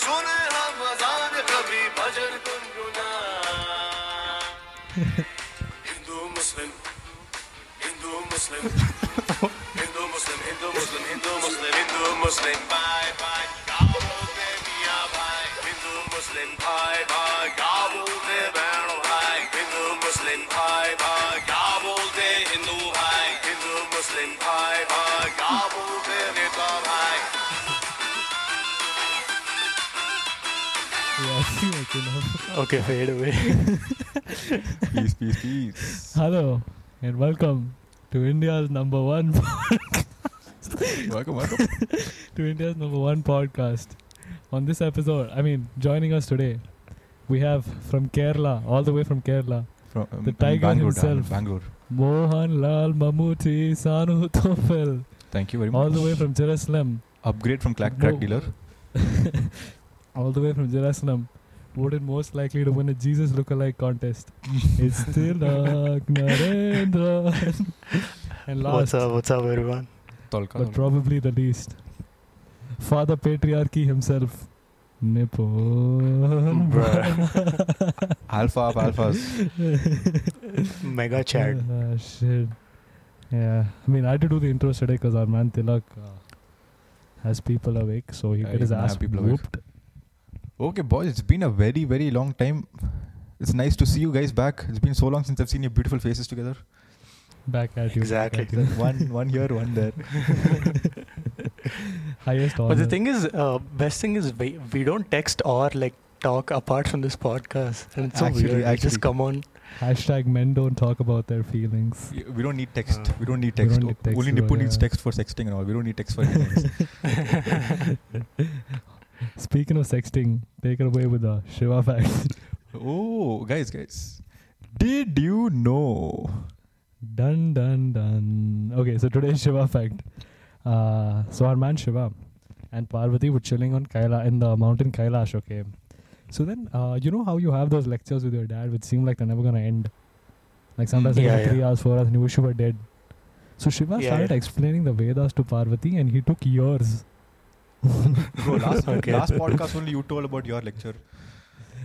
सुन हम अजान कभी भजन तुम गुना हिंदू मुस्लिम हिंदू मुस्लिम हिंदू मुस्लिम हिंदू मुस्लिम हिंदू मुस्लिम हिंदू मुस्लिम बाय बाय गाओ दे मिया भाई हिंदू मुस्लिम भाई भाई गाओ दे बहन भाई हिंदू मुस्लिम भाई भाई गाओ दे हिंदू भाई हिंदू मुस्लिम भाई भाई गाओ दे नेता भाई Ja, ik weet nog. Okay, fade away. Peace, peace, peace. Hello and welcome to India's number one welcome, welcome. to India's number one podcast. On this episode, I mean, joining us today, we have from Kerala, all the way from Kerala, From, um, The um, tiger Bangalore, himself. um, Bangalore. Mohan Lal Mamuti Sanu Tofel, Thank you very much. all the way from Jerusalem, Upgrade from Crack, crack Whoa. Dealer. all the way from Jerusalem, voted most likely to win a Jesus lookalike contest. it's still Tilak Narendra. and What's last, up? What's up, everyone? Tolka. but probably the least. Father Patriarchy himself, Nippon. Bruh. Alpha of alphas. Mega chat. Ah, shit. Yeah, I mean, I had to do the intro today because our man Tilak uh, has people awake, so he Yeah, got he's his gonna ass have people awake. whooped. Okay, boys, it's been a very, very long time. It's nice to see you guys back. It's been so long since I've seen your beautiful faces together. Back at you. Exactly. back at you. one, one here, one there. Highest honor. But the thing is, uh, best thing is we, we don't text or like talk apart from this podcast, and it's so Actually, weird. actually. Just come on. Hashtag men don't talk about their feelings. Y- We don't need text. Uh, we don't need we don't text. need text Only at all, Nipun needs yeah. text for sexting and all. We don't need text for anything. Speaking of sexting, take it away with the Shiva facts. oh, guys, guys. Did you know? Dun dun dun. Okay, so today's Shiva fact. Uh, so our man Shiva and Parvati were chilling on Kaila in the mountain Kailash. Okay, so then uh, you know how you have those lectures with your dad, which seem like they're never gonna end. Like sometimes Yeah, yeah, Mm, yeah. three hours, four hours, and you wish you were dead. So Shiva Yeah, started yeah. explaining the Vedas to Parvati, and he took years. Bro, last, Okay. last podcast only you told about your lecture.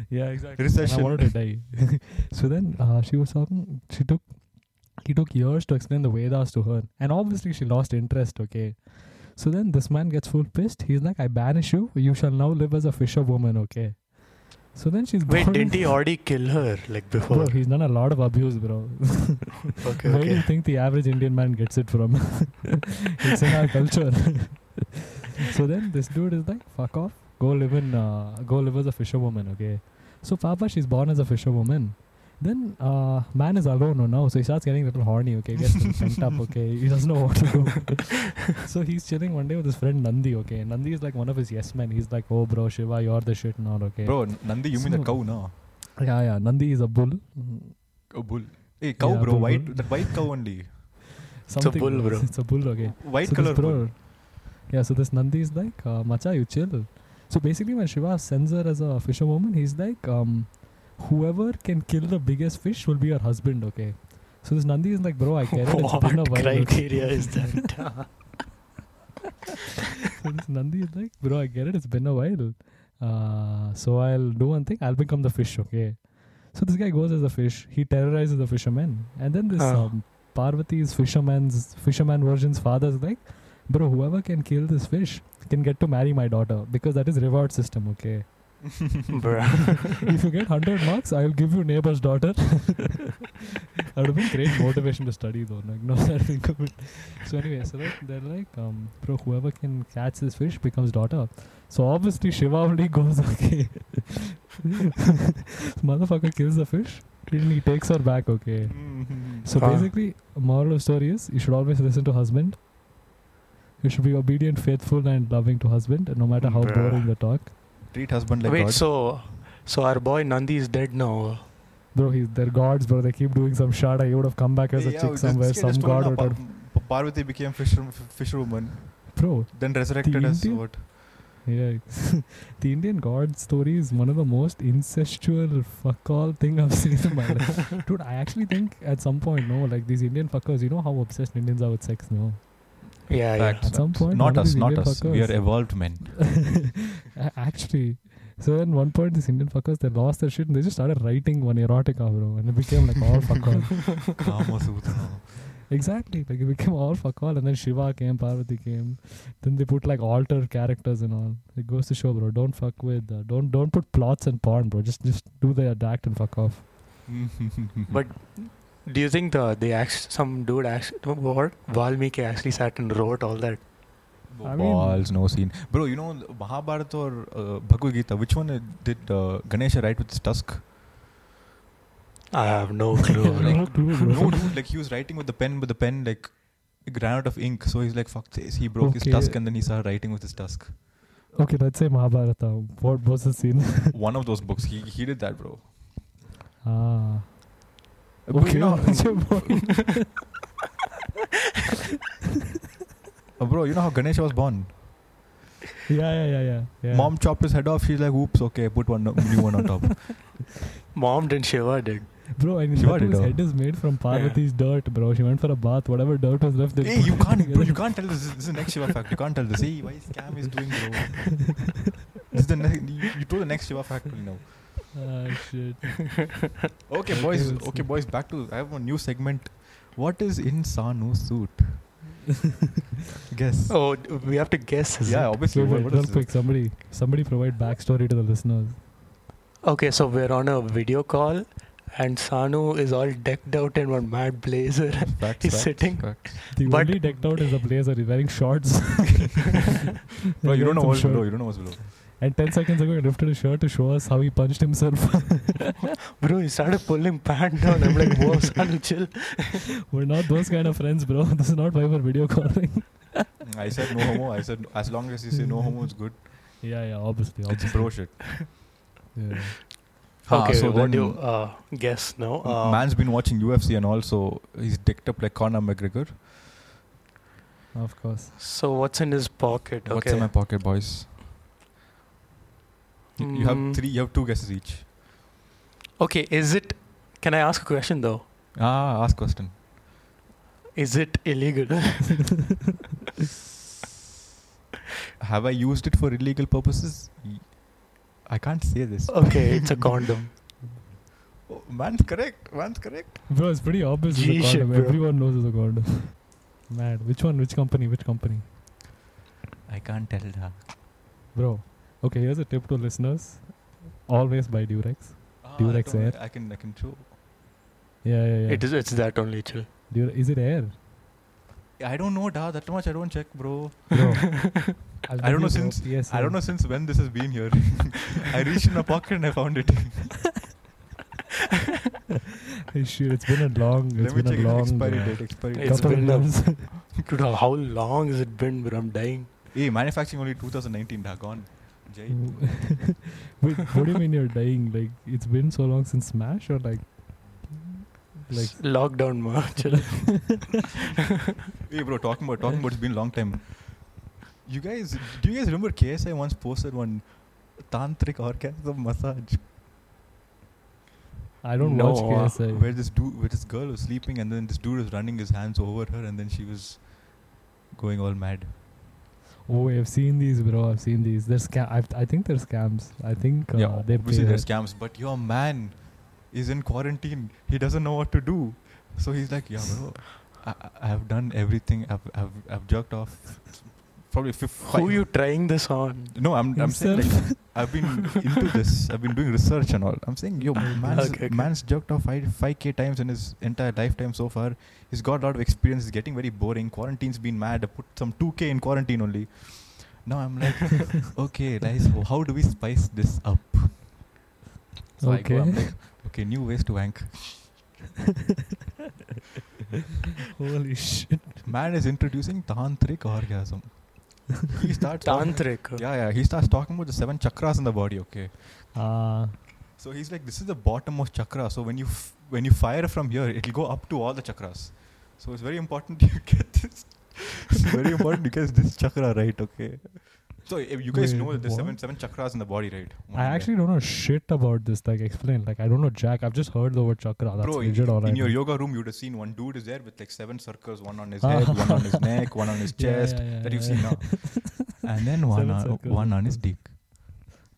Yeah, exactly. Recession. And I wanted to die. so then uh, she was talking. She took. He took years to explain the Vedas to her, and obviously she lost interest. Okay, so then this man gets full pissed. He's like, "I banish you. You shall now live as a fisherwoman." Okay, so then she's Wait, gone- didn't he already kill her like before? Bro, he's done a lot of abuse, bro. Okay, Where do you okay. think the average Indian man gets it from? it's in our culture. so then this dude is like, fuck off, go live in, uh, go live as a fisherwoman, okay? So Papa, she's born as a fisherwoman. Then uh, man is alone oh no, so he starts getting a little horny, okay? He gets a little pent up, okay? He doesn't know what to do. so he's chilling one day with his friend Nandi, okay? Nandi is like one of his yes men. He's like, oh bro, Shiva, you're the shit now, okay? Bro, Nandi, you mean the So- cow, no? Yeah, yeah, Nandi is a bull. A bull. Hey, cow, Yeah, bro. bull, white, bull. that white cow only. Something bull, bro. It's a bull, okay? White so this color bull. bro- Yeah, so this Nandi is like, uh, Macha, you chill. So basically, when Shiva sends her as a fisherwoman, he's like, um, whoever can kill the biggest fish will be your husband, okay? So this Nandi is like, bro, I get it. It's what been a while. okay?" criteria is that? So this Nandi is like, bro, I get it. It's been a while. Uh, so I'll do one thing. I'll become the fish, okay? So this guy goes as a fish. He terrorizes the fishermen, and then this Huh. um, Parvati's fisherman's fisherman version's father is like, bro, whoever can kill this fish can get to marry my daughter because that is reward system, okay? Bruh. if you get hundred marks, I'll give you neighbor's daughter. that would have been great motivation to study though. Like, no, I think of it. So anyway, so like, they're like, um, bro, whoever can catch this fish becomes daughter. So obviously Shiva only goes okay. Motherfucker kills the fish, and he takes her back. Okay. So Huh. basically, moral of story is you should always listen to husband. You should be obedient, faithful, and loving to husband, no matter how Bruh. boring the talk. Treat husband like Wait, God. so so our boy Nandi is dead now. Bro, he's, they're gods, bro. They keep doing some shada. He would have come back as a Yeah, chick this somewhere. kid Some has told god now would Par- have. Pa- Parvati became fisher, f- fisherwoman, Bro, then resurrected The as Indian- what? yeah. the Indian god story is one of the most incestual fuck all thing I've seen in my life. Dude, I actually think at some point, no, like these Indian fuckers, you know how obsessed Indians are with sex, no? Yeah, Facts. At some point, Not one of us, these not Indian us. We fuckers- are evolved men. A- Actually, so at one point, these Indian fuckers they lost their shit and they just started writing one erotica, bro, and it became like all fuck all. Kama Sutra. Exactly, like it became all fuck all, and then Shiva came, Parvati came, then they put like alter characters and all. It goes to show, bro. Don't fuck with, uh, don't don't put plots and porn, bro. Just just do the act and fuck off. But yeah. Do you think the they act some dude actually what Valmiki actually sat and wrote all that? I mean- balls, no scene, bro. You know Mahabharata or uh, Bhagavad Gita. Which one uh, did uh, Ganesha write with his tusk? I have no clue. I like, have no clue, bro. no, dude. Like he was writing with the pen, but the pen like it ran out of ink. So he's like, "Fuck this." He broke Okay. his tusk, and then he started writing with his tusk. Okay, let's say Mahabharata. What was the scene? one of those books. He he did that, bro. ah, But okay. you know- what's your point? Uh, bro, you know how Ganesha was born? yeah, yeah, yeah, yeah, yeah. Mom chopped his head off. She's like, "Oops, okay, put one new one on top." mom and Shiva did. Bro, and in Sure, that too, his Dido. head is made from Parvati's dirt, bro. She went for a bath. Whatever dirt was left, they hey, put you it can't, bro, together. you can't tell this. This is the next Shiva fact. You can't tell this. Hey, why scam is doing, bro? this is the next. You, you told the next Shiva fact you know. Ah, shit. Okay, Okay, boys. we'll Okay, see. boys. Back to I have a new segment. What is in Sanu's suit? Guess. Oh, d- we have to guess. Is yeah, it? obviously. So what- wait, what real is quick, somebody, somebody provide backstory to the listeners. Okay, so we're on a video call, and Sanu is all decked out in one mad blazer. this? Facts, He's facts, sitting. Facts. The But- only decked out is the blazer. He's wearing shorts. Bro, He's you don't wearing know some what's shirt. below. You don't know what's below. And ten seconds ago, he lifted his shirt to show us how he punched himself. Bro, he started pulling pant down. I'm like, whoa, Sanu, chill. we're not those kind of friends, bro. This is not why we're video calling. I said no homo. I said as long as you say no homo, it's good. yeah, yeah, obviously, It's obviously. bro shit. Yeah. Ah, Okay, so what then- do you uh, guess? No, uh, Man's been watching UFC and also he's dicked up like Conor McGregor. Of course. So what's in his pocket? Okay. What's in my pocket, boys? Y- You Mm. have three. You have two guesses each. Okay, is it? Can I ask a question though? Ah, ask question. Is it illegal? Have I used it for illegal purposes? Y- I can't say this. okay, it's a condom. Oh, man's correct. Man's correct. Bro, it's pretty obvious it's a Gee, shit, condom. bro. Everyone knows it's a condom. Mad. Which one? Which company? Which company? I can't tell that. Bro, okay, here's a tip to listeners. Always buy Durex. Do you like Ah, I, say I can. I can show. Yeah, yeah, yeah. It is. It's that only. Chill. Dure- is it air? I don't know, da. That much I don't check, bro. Bro. I don't know since- I don't know since when this has been here. I reached in my pocket and I found it. Sure, it's been a long. It's Let me been check a long. its expiry uh, date. Expiry date. It's couple of been a- years. Dude, how long has it been? Bro, I'm dying. Hey, manufacturing only 2019, da, gone. Jai. Wait, what do you mean you're dying? Like it's been so long since Smash, or like, like S- lockdown, ma. Chill. Hey, bro, talking about talking about it's been a long time. You guys, do you guys remember KSI once posted one tantric orgasm massage I don't No, watch uh, KSI. where this dude, where this girl was sleeping and then this dude was running his hands over her and then she was going all mad. Oh, I've seen these, bro. I've seen these. They're scam. I've, I think they're scams. I think uh, yeah, they obviously pay they're scams, but your man is in quarantine. He doesn't know what to do, so he's like, yeah, bro. I, I- I've done everything. I've I've, I've jerked off probably fif- Who five- you trying this on? No, I'm, I'm saying like, Himself. I've been into this. I've been doing research and all. I'm saying, yo, man's, Okay, okay. man's jerked off five five k times in his entire lifetime so far. He's got a lot of experience. It's getting very boring. Quarantine's been mad. I put some two k in quarantine only. Now I'm like, okay, guys, ho- how do we spice this up? So I go, Okay. I'm like, okay, new ways to wank. Holy shit! Man is introducing tantric orgasm. He starts talking- Tantric. Yeah, yeah. He starts talking about the seven chakras in the body. Okay. Ah, So he's like, this is the bottommost chakra. So when you f- when you fire from here, it'll go up to all the chakras. So it's very important you get this. It's very important you get this chakra right. Okay. So eh, you guys Wait, know that there's seven what? seven chakras in the body, right? I One of the- actually don't know shit about this. Like, explain. Like, I don't know Jack. I've just heard the word chakra. That's Bro, legit, in, all in right. your yoga room, you'd have seen one dude is there with like seven circles, one on his Ah. head, one on his neck, one on his Yeah, chest, yeah, yeah, that you've yeah. seen now. And then one Seven on, circles, one of on his course. dick.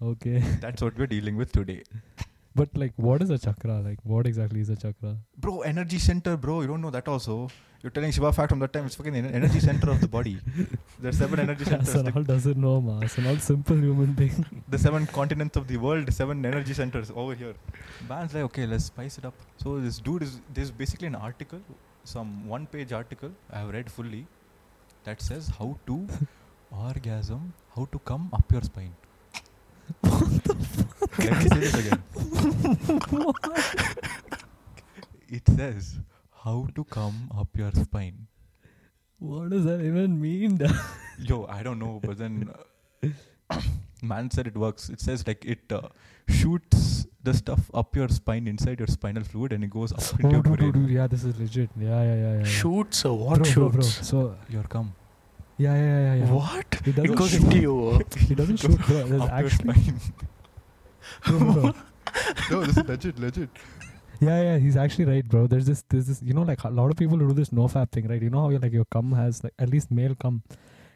Okay, That's what we're dealing with today. but like, what is a chakra? Like, what exactly is a chakra? Bro, energy center, bro. You don't know that also. You're telling Shiva fact from that time. It's fucking en- energy center of the body. There's seven energy centers. Sanal The, doesn't know, ma. Sanal simple human being. the seven continents of the world, seven energy centers over here. Man's like, okay, let's spice it up. So this dude is there's basically an article, some one-page article I have read fully, that says how to orgasm, how to come up your spine. What the fuck? Let me say this again. it says how to come up your spine. What does that even mean? Yo, I don't know, but then uh, man said it works. It says like it uh, shoots the stuff up your spine, inside your spinal fluid, and it goes up into Oh, your dude, dude, brain. dude, yeah, this is legit. Yeah, yeah, yeah, yeah. yeah. Shoots or bro, what bro, bro. shoots? So, Your cum. yeah, yeah, yeah, yeah. yeah. What? It doesn't It goes shoot. into you. It doesn't shoot, bro. There's up actually, your spine. bro, bro. no, this is legit, legit. Yeah, yeah, he's actually right, bro. There's this, there's this, you know, like a lot of people who do this nofap thing, right? You know how you're like your cum has, like, at least male cum,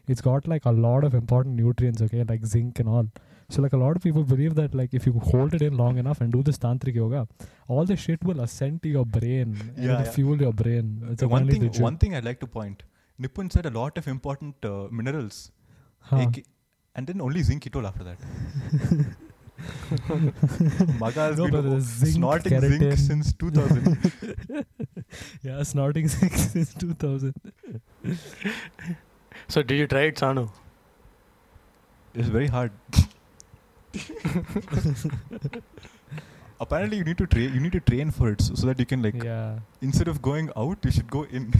it's got like a lot of important nutrients, okay, like zinc and all. So, like, a lot of people believe that, like, if you hold it in long enough and do this tantric yoga, all the shit will ascend to your brain. and Yeah, it'll yeah. fuel your brain. It's Uh, one apparently thing, legit. one thing I'd like to point. Nippon said a lot of important uh, minerals, Huh. AK and then only zinc he told after that. Maga has No, been but there's zinc, snorting zinc keratin. since 2000. yeah, snorting zinc since 2000. So did you try it, Sanu? It's very hard. Apparently, you need to train. You need to train for it so, so that you can like yeah. instead of going out, you should go in.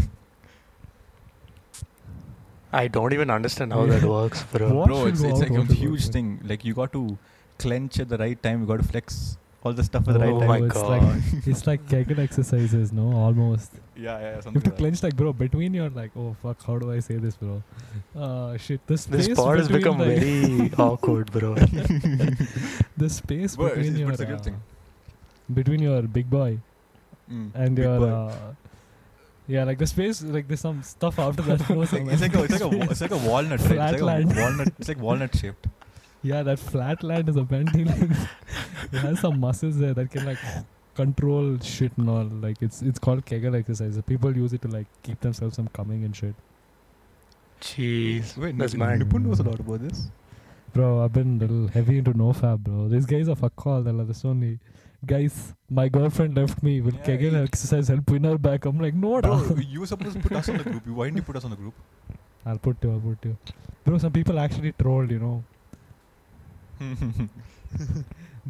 I don't even understand how that works, bro. What? should go out, what should go in? thing. Like you got to clench at the right time. You got to flex all the stuff Oh my it's God. Like, it's like Kegel exercises, no? Almost. Yeah, yeah, yeah You something have to like that. clench like, bro, between your like, oh fuck, how do I say this, bro? Uh, shit, the space This part has between, become like, very awkward, bro. the space Bro, between it's- it's- your but it's a good uh, thing. between your big boy Mm, and big your boy. Uh, yeah, like the space, like there's some stuff after that. no, it's like, some- it's like a it's like a wa- it's like a walnut. Right? It's like Flatland. a walnut. It's like walnut shaped. yeah, that flat land is apparently like it has some muscles there that can like control shit and all. Like it's it's called Kegel exercises. People use it to like keep themselves from coming and shit. Jeez. Wait, That's Nip- mad. Nipun knows a lot about this. Bro, I've been a little heavy into nofap, bro. These guys are fuck all. They're like, this only. Guys, my girlfriend left me. Will Yeah, Kegel you- exercise help win her back? I'm like, no, da. Bro, you were supposed to put us on the group. You- Why didn't you put us on the group? I'll put you, I'll put you. Bro, some people actually trolled, you know.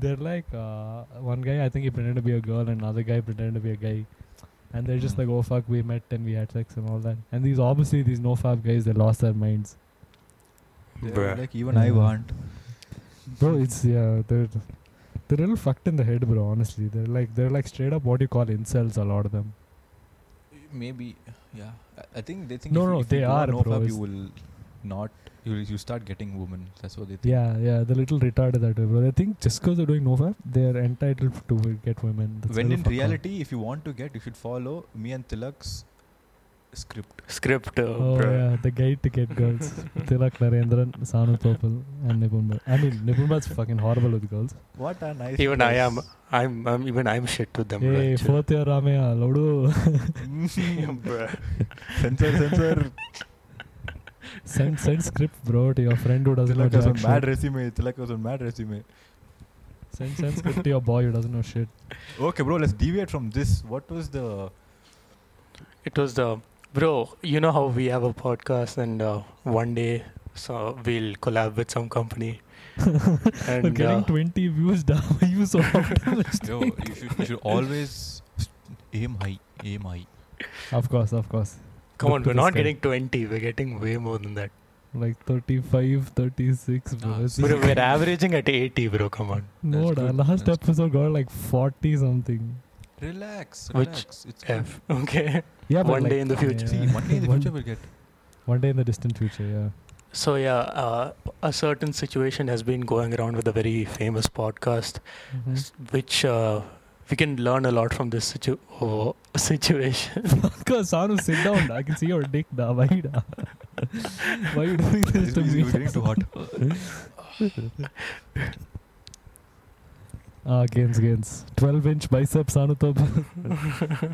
They're like, uh, one guy, I think he pretended to be a girl, and another guy pretended to be a guy. And they're just Hmm. like, oh fuck, we met and we had sex and all that. And these, obviously, these nofap guys, they lost their minds. They were Bruh. Like even Yeah. I want. Bro, Hmm. it's, yeah, they're, they're a little fucked in the head, bro, honestly. They're like, they're like straight up what you call incels, a lot of them. Maybe, yeah. I, I think they think No, if, you- no, if they you go on are, no bro, fab, it's- you will not. You will- you start getting women. That's what they think. Yeah, yeah, the little retarded that way, bro. They think just because they're doing nofap, they're entitled to get women. That's when little in fuck off. reality, if you want to get, you should follow me and Tilak's script. Script, uh, oh bro. yeah, the guide to get girls. Tilak Narendran, Sanu Popal, and Nipun. I mean, Nipun's fucking horrible with girls. What a nice. Even I am. I'm, I'm. Even I'm shit with them, bro. Hey, actually. fourth year Ramya, Lodu, bro. Censor, censor. send send script, bro, to your friend who doesn't know Tilak was jack on mad shit. resume. Tilak was on mad resume. Send send script to your boy who doesn't know shit. Okay, bro. Let's deviate from this. What was the? It was the bro. You know how we have a podcast, and uh, one day so we'll collab with some company. We're and getting uh, 20 views down. Are you so optimistic? Yo, you should, you should always aim high. Aim high. of course, of course. come Look on, to we're the not sky. getting 20. We're getting way more than that. Like 35, 36, bro. Ah, It's so Bro, just- we're averaging at 80, bro. Come on. No, That's da, good. last That's episode got like 40 something. Relax. Which- Relax. it's good. F. Okay. Yeah, One day in the future. See, one day in the One- future we'll get. One day in the distant future, yeah. So yeah, uh, a certain situation has been going around with a very famous podcast, Mm-hmm. Mhm. s- which uh, we can learn a lot from this situ- oh, situation. Because Sanu, sit down. da. I can see your dick, da. Why, da? Why you doing this It's to me? it's getting too hot. Ah, gains, gains. 12 inch biceps, Sanu, tab.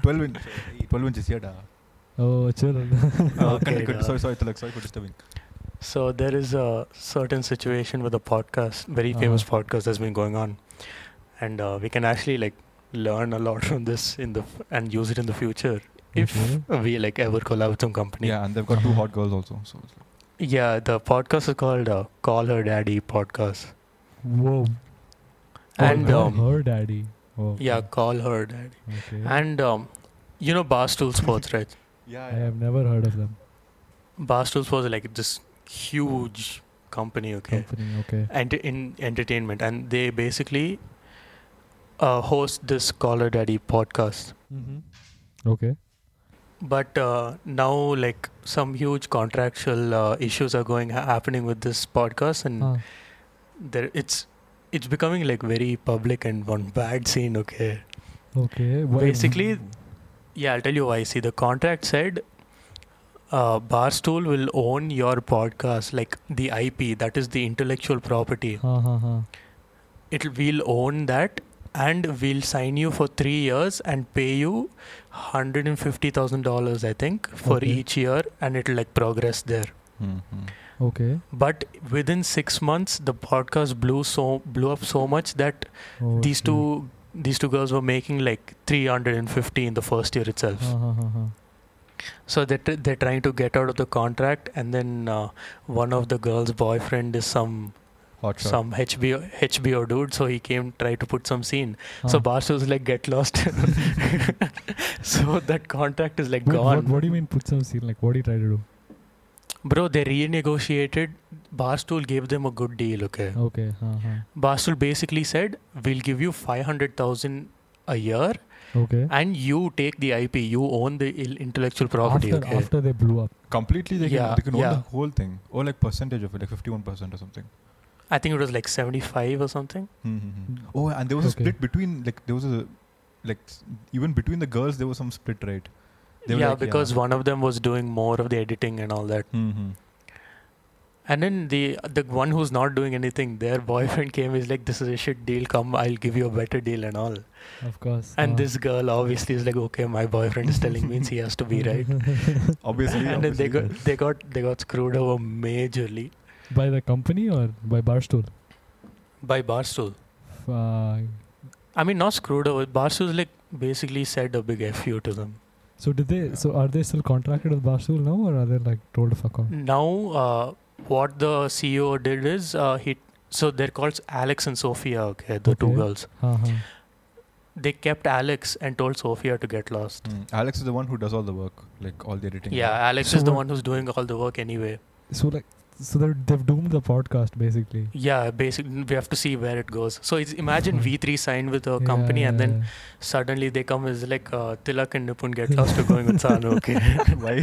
12 inch. Hey, 12 inches here, da. Oh, chill. Uh, Okay, continue, continue. da. sorry, sorry, Tilak. Sorry for disturbing. So there is a certain situation with a podcast, very famous Uh-huh. podcast that's been going on, and uh, we can actually like learn a lot from this in the f- and use it in the future if Okay. we like ever collab with some company. Yeah, and they've got two hot girls also. So it's like- Yeah, the podcast is called uh, Call Her Daddy podcast. Whoa. And oh, um, her daddy. Oh, yeah, Call Her Daddy. Okay. And um, you know Barstool Sports, right? yeah, I have never heard of them. Barstool Sports is like this huge company, okay? Company, okay. Ent- in entertainment, and they basically uh, host this Call Her Daddy podcast. Okay. But uh, now, like some huge contractual uh, issues are going ha- happening with this podcast, and Ah. there it's it's becoming like very public and one bad scene. Okay, Okay. Why- basically, yeah, I'll tell you why. See, the contract said uh, Barstool will own your podcast, like the IP, that is the intellectual property. Ha, ha, ha. It we'll own that, and we'll sign you for three years and pay you hundred and fifty thousand dollars, I think, for Okay. each year, and it'll like progress there. Hmm, hmm. Okay. But within six months, the podcast blew so blew up so much that Oh, these shit. two these two girls were making like 350 in the first year itself. Ha, ha, ha, ha. So they tr- they're trying to get out of the contract, and then uh, one of the girl's boyfriend is some Hot shot. some HBO HBO dude, so he came try to put some scene. So Ah. Barstool's like get lost. so that contract is like Wait, gone, What, what do you mean put some scene? Like, what do you try to do? bro. They renegotiated. Barstool gave them a good deal. Okay, Okay. Ha, ha. Barstool basically said we'll give you five hundred thousand a year, Okay. and you take the IP. You own the il- intellectual property. after, okay. after they blew up. Completely, they Yeah, can, they can own yeah. the whole thing. Or like percentage of it, like 51% or something. I think it was like seventy-five or something. Hmm, hmm, hmm. Oh, and there was Okay. a split between, like, there was a, like, s- even between the girls, there was some split, right? They were yeah, like, because one of them was doing more of the editing and all that, Hmm, hmm. and then the the one who's not doing anything, their boyfriend came is like, "This is a shit deal. Come, I'll give you a better deal and all." Of course. And Ah. Uh. this girl obviously is like, "Okay, my boyfriend is telling me, means he has to be right." Obviously. and then obviously. they got they got they got screwed over majorly By the company or by Barstool? Uh, by Barstool. Fuck. I mean, not screwed over. Barstool's like basically said a big fu to them. So did they? So are they still contracted with Barstool now, or are they like told to fuck Mm. off? Now, uh, what the CEO did is uh, he. So they're called Alex and Sophia. Okay, the two Okay. girls. Ha, ha. They kept Alex and told Sophia to get lost. Hmm. Alex is the one who does all the work, like, all the editing. Yeah, Alex So is the what- one who's doing all the work anyway. So like, so they're, they've doomed the podcast basically. Yeah, basically we have to see where it goes. So it's, Hmm. imagine V3 signed with a company and then Yeah. suddenly they come as like uh, Tilak and Nipun get lost to going with Sanu. Okay. Why?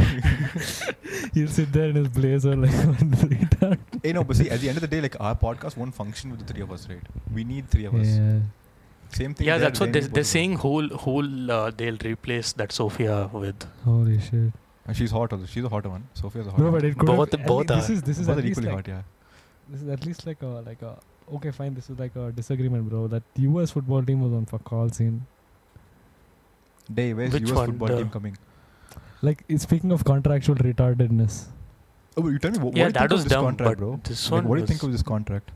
he'll sit there in his blazer like on the retard. hey, no, but see, at the end of the day, like, our podcast won't function with the three of us, right? We need three of us. Yeah. Same thing. yeah, there, that's what they they're, need both they're of us. saying. Who'll who'll uh, they'll replace that Sophia with? Holy shit. And she's hot also. She's a hotter one. Sophia's a hotter No, one. but it could have- Both- at both lea- This are- is this is Both at are least equally like hot, yeah. this is at least like a like a okay fine. This is like a disagreement, bro. That U.S. football team was on for call scene. Day, where's Which US one? football The- team coming? Like it's- speaking of contractual retardedness, Oh, but you tell me, what, yeah, what do you that think was of this dumb. contract, but bro? this Like, one. what do you was- think of this contract?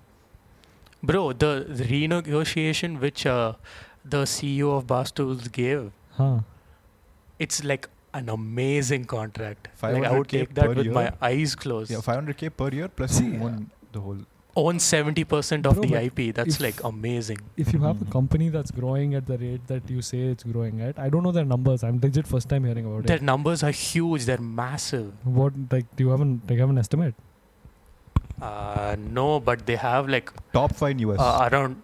Bro, the the renegotiation which uh, the CEO of Barstools gave, huh? it's like an amazing contract. Like I 500K would take that per with year? my eyes closed. Yeah, 500k per year plus See, you own the whole. Own seventy percent of Bro, the but IP. That's if- like amazing. If you have a Hmm. Mhm. company that's growing at the rate that you say it's growing at, I don't know their numbers. I'm legit first time hearing about Their it. numbers are huge. They're massive. What like do you have an like have an estimate? Uh, no, but they have like Top 5 in US. uh, around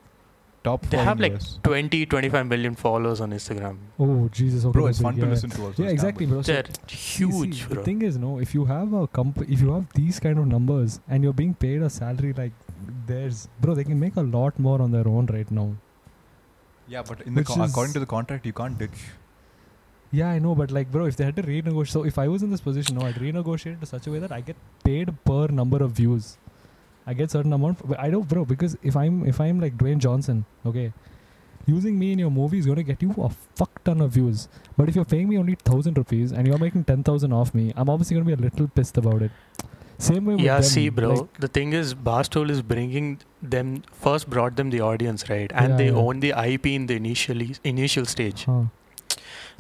top uh, They have, following like, US. 20 25 million followers on Instagram. Oh Jesus! Okay, Bro, it's okay, fun yeah. to listen to also. Yeah, exactly, bro. So They're see- see, huge, bro. The thing is, no, if you have a comp, if you have these kind of numbers and you're being paid a salary like theirs, bro, they can make a lot more on their own right now. Yeah, but in the Which con- is- according to the contract, you can't ditch. Yeah, I know, but like, bro, if they had to renegotiate, so if I was in this position, no, I'd renegotiate it to such a way that I get paid per number of views. I get certain amount. But I don't, bro, because if I'm if I'm like Dwayne Johnson, okay, using me in your movie is gonna get you a fuck ton of views. But if you're paying me only thousand rupees and you're making ten thousand off me, I'm obviously gonna be a little pissed about it. Same way with yeah, them, see, bro. like- the thing is, Barstool is bringing them first, brought them the audience, right? And Yeah, they yeah. own the IP in the initially initial stage. Huh.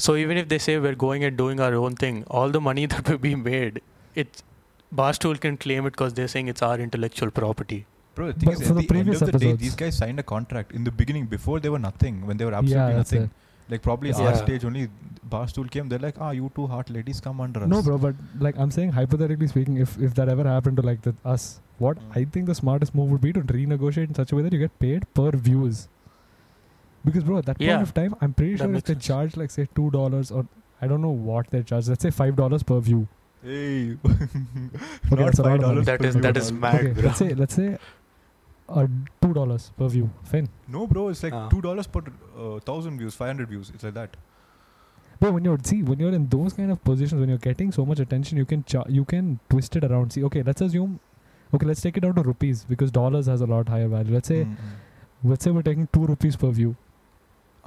So even if they say we're going and doing our own thing, all the money that will be made, it Barstool can claim it because they're saying it's our intellectual property. Bro, the But thing is, for at the the, end previous of the day, episodes- these guys signed a contract in the beginning before they were nothing, when they were absolutely yeah, that's nothing. it. Like probably That's our it. stage only, Barstool came. They're like, ah, you two heart ladies, come under us. No, bro, but like I'm saying, hypothetically speaking, if if that ever happened to like the, us, what Mm. I think the smartest move would be to renegotiate in such a way that you get paid per views. Because bro, at that point Yeah. of time, I'm pretty That sure if makes they sense. charge like say two dollars or I don't know what they charge. Let's say five dollars per view. Hey, not that's a lot five of money. dollars. That per is- view that and is all. mad. okay, bro. let's say let's say, uh, two dollars per view. Fine. No, bro, it's like Ah. two dollars per uh, thousand views, five hundred views. It's like that. But when you're see when you're in those kind of positions, when you're getting so much attention, you can cha- you can twist it around. See, okay, let's assume, okay, let's take it down to rupees because dollars has a lot higher value. Let's say Mm, mm. let's say we're taking two rupees per view.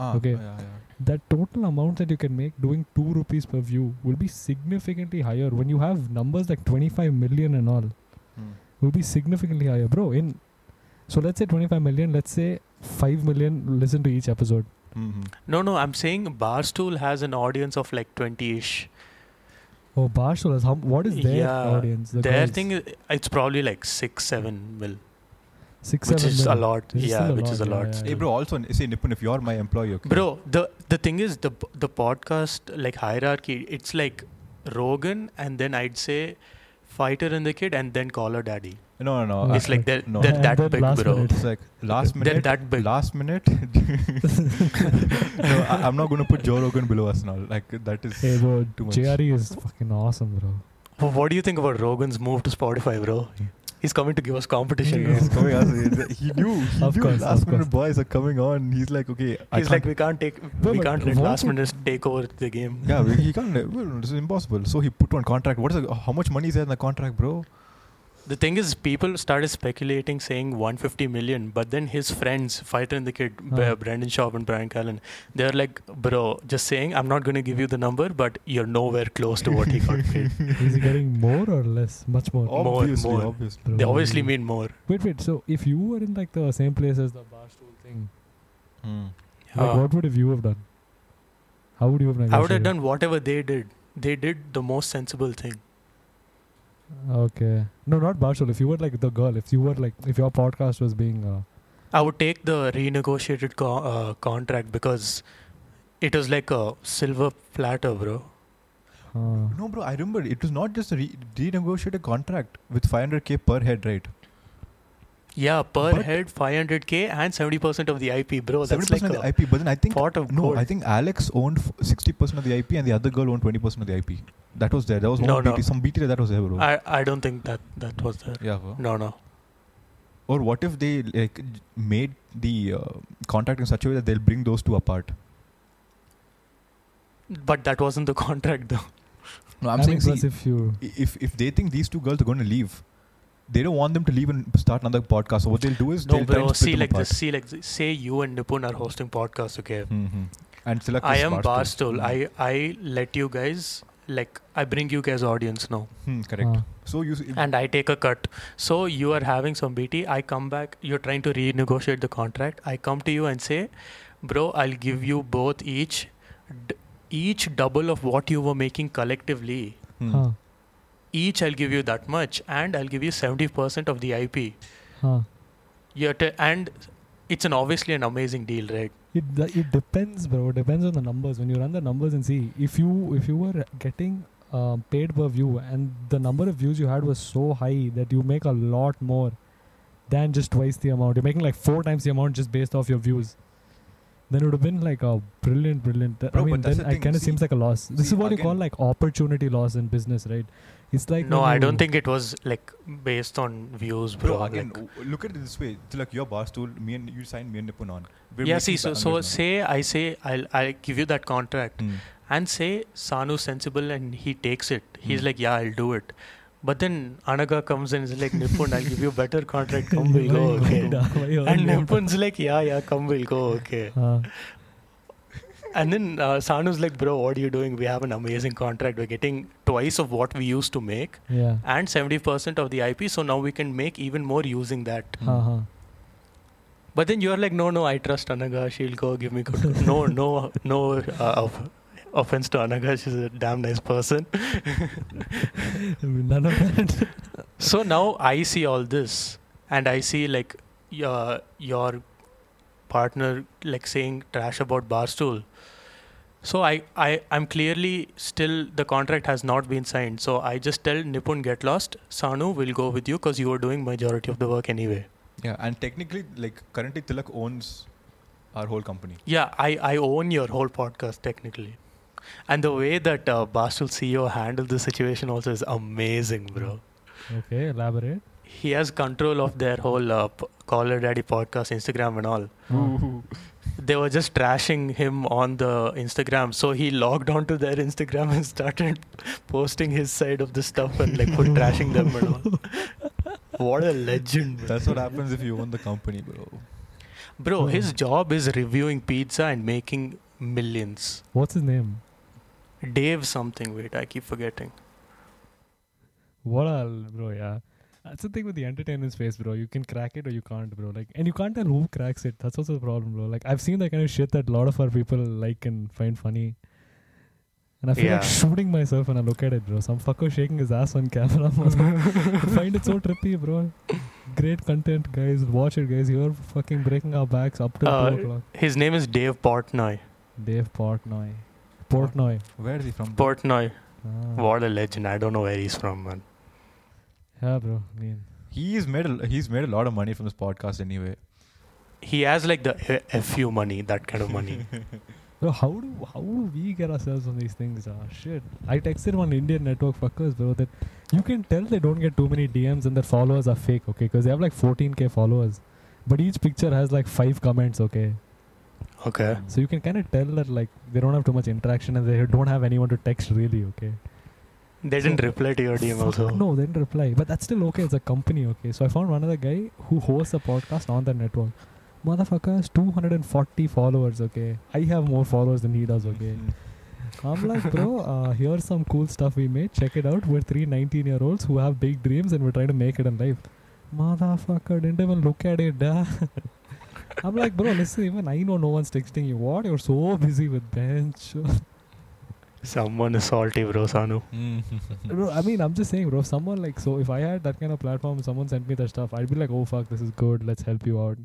Ah, Okay. Yeah, yeah. That total amount that you can make doing two rupees per view will be significantly higher when you have numbers like 25 million and all. Mm. Will be significantly higher, bro. In so let's say 25 million. Let's say five million listen to each episode. Mm-hmm. No, no, I'm saying Barstool has an audience of like 20 ish. Oh, Barstool has how? What is their Yeah, audience? The Their girls? thing is, it's probably like six, seven mil, six, which seven is a million. lot. Which is yeah, still a which is a lot, yeah, lot. yeah, Hey, bro. Also, say Nipun, if you're my employee, okay. Bro, the the thing is the p- the podcast like hierarchy. It's like Rogan, and then I'd say Fighter and the Kid, and then Caller Daddy. No, no, Oh, no. it's like they're no. they're And that then big, last bro. minute. It's like last They're minute. that big. Last minute. no, I, I'm not gonna put Joe Rogan below us now. Like that is. Hey, bro, Too much. JRE is fucking awesome, bro. Wh- What do you think about Rogan's move to Spotify, bro? He's coming to give us competition. Yeah. He's bro. coming out. He knew. He Of knew course, last of minute course. boys are coming on. He's like, okay. I He's can't- like, we can't take, Bro, we but can't let why last would- minutes take over the game. yeah, we- he can't. Well, this is impossible. So he put on contract. What is the, how much money is there in the contract, bro? The thing is, people started speculating saying 150 million, but then his friends, Fighter and the Kid, B- Huh. Brandon Schaub and Brian Callen, they're like, bro, just saying, I'm not going to give you the number, but you're nowhere close to what he got paid. Is he getting more or less? Much more. Oh, obviously, more. obviously. bro. They obviously mean more. Wait, wait. So if you were in like the same place as the barstool thing, Mm. like Uh, what would have you have done? How would you have? I would have negotiated? done whatever they did. They did the most sensible thing. Okay. No, not barstool. If you were like the girl, if you were like, if your podcast was being, uh, I would take the renegotiated co- uh, contract because it was like a silver platter, bro. uh, No, bro. I remember it was not just a re- renegotiated contract with 500k per head, right? Yeah, per But- head 500k and 70% of the IP, bro. That's 70% like of a the IP. But then I think pot of no, gold. I think Alex owned f- 60% of the IP and the other girl owned 20% of the IP. That was there. That was one No, no. BT, some BT that was there, bro. I, I don't think that that was there. yeah. Bro. No, no. Or what if they like j- made the uh, contract in such a way that they'll bring those two apart? But that wasn't the contract, though. No, I'm I mean, saying plus see, if you, i- if if they think these two girls are going to leave, they don't want them to leave and start another podcast. So what they'll do is No, they'll try bro. and split See them like apart. this. See like this. Say you and Nipun are hosting podcasts, okay? hmm And select I this am Barstool. Mm. I I let you guys like I bring you guys audience now, Hmm, correct. uh, So you s- and I take a cut. So you are having some BT. I come back. You're trying to renegotiate the contract. I come to you and say, bro, I'll give you both each, d- each double of what you were making collectively. hmm. huh, Each I'll give you that much, and I'll give you seventy percent of the IP. huh. Yeah, t- and it's an obviously an amazing deal, right? It d- it depends, bro. It depends on the numbers. When you run the numbers and see if you if you were getting um, paid per view and the number of views you had was so high that you make a lot more than just twice the amount. You're making like four times the amount just based off your views. Then it would have been like a brilliant, brilliant. I Bro, mean, but that's then the it thing, kind of see- seems like a loss. This see, is what you call again- like opportunity loss in business, right? It's like no, when I you- don't think it was like based on views, mm-hmm. Bro, bro. again, like- w- look at it this way. It's like your bar stool, me and you sign me and Nipun on. We're yeah, making see, so ba- so numbers now. say I say I'll I'll give you that contract Mm. and say Sanu's sensible and he takes it. He's Hmm. like, yeah, I'll do it. But then Anaga comes in and is like, Nipun, I'll give you a better contract. Come, we'll go. Why Okay. you got- why you And got- Nipun's like, yeah, yeah, come, we'll go. Okay. Uh, And then uh, Sanu's like, bro, what are you doing? We have an amazing contract. We're getting twice of what we used to make yeah. and 70% of the IP. So now we can make even more using that. Mm. Uh-huh. But then you're like, no, no, I trust Anaga. She'll go give me good. no, no, no uh, of- offense to Anaga. She's a damn nice person. I mean, None of that. So now I see all this and I see like your, your partner like saying trash about Barstool. So I, I, I'm clearly still the contract has not been signed. So I just tell Nipun get lost. Sanu will go with you because you are doing majority of the work anyway. Yeah, and technically, like currently, Tilak owns our whole company. Yeah, I, I own your whole podcast technically. And the way that uh, Barstool CEO handled the situation also is amazing, bro. Okay, elaborate. He has control of their whole uh, p- Caller Daddy podcast, Instagram, and all. Uh, They were just trashing him on the Instagram. So he logged onto their Instagram and started posting his side of the stuff and like put trashing them and all. What a legend, bro. That's what happens if you own the company, bro. Bro, his job is reviewing pizza and making millions. what's his name? Dave something, wait, I keep forgetting. What all, bro? Yeah, that's the thing with the entertainment space, bro. You can crack it or you can't, bro. Like, and you can't tell who cracks it. That's also the problem, bro. Like, I've seen that kind of shit that a lot of our people like and find funny. And I feel like Yeah. shooting myself when I look at it, bro. Some fucker shaking his ass on camera. man. I find it so trippy, bro. Great content, guys. Watch it, guys. You're fucking breaking our backs up till Uh, 2 o'clock. His name is Dave Portnoy. Dave Portnoy. Portnoy. Where is he from? bro? Portnoy, Ah. what a legend. I don't know where he's from, man. Yeah, bro. Mean. He's made a, he's made a lot of money from this podcast anyway. He has like the F- FU money, that kind of money. Bro, how do how do we get ourselves on these things? Ah, shit. I texted one Indian network fuckers, bro. That you can tell they don't get too many DMs and their followers are fake, okay? Because they have like 14k followers, but each picture has like five comments, okay? Okay. So you can kind of tell that like they don't have too much interaction and they don't have anyone to text really, okay? They didn't reply to your DM Fuck, also. No, they didn't reply. But that's still okay. It's a company, okay? So I found one other guy who hosts a podcast on the network. Motherfucker has 240 followers, okay? I have more followers than he does, okay? I'm like, bro, uh, here's some cool stuff we made. Check it out. We're three 19 year olds who have big dreams and we're trying to make it in life. Motherfucker, didn't even look at it. Duh. I'm like, bro, listen, even I know no one's texting you. What? You're so busy with bench. Someone is salty, bro, Sanu. Hmm. bro, I mean, I'm just saying, bro, if someone like, so if I had that kind of platform, someone sent me that stuff, I'd be like, oh, fuck, this is good. Let's help you out.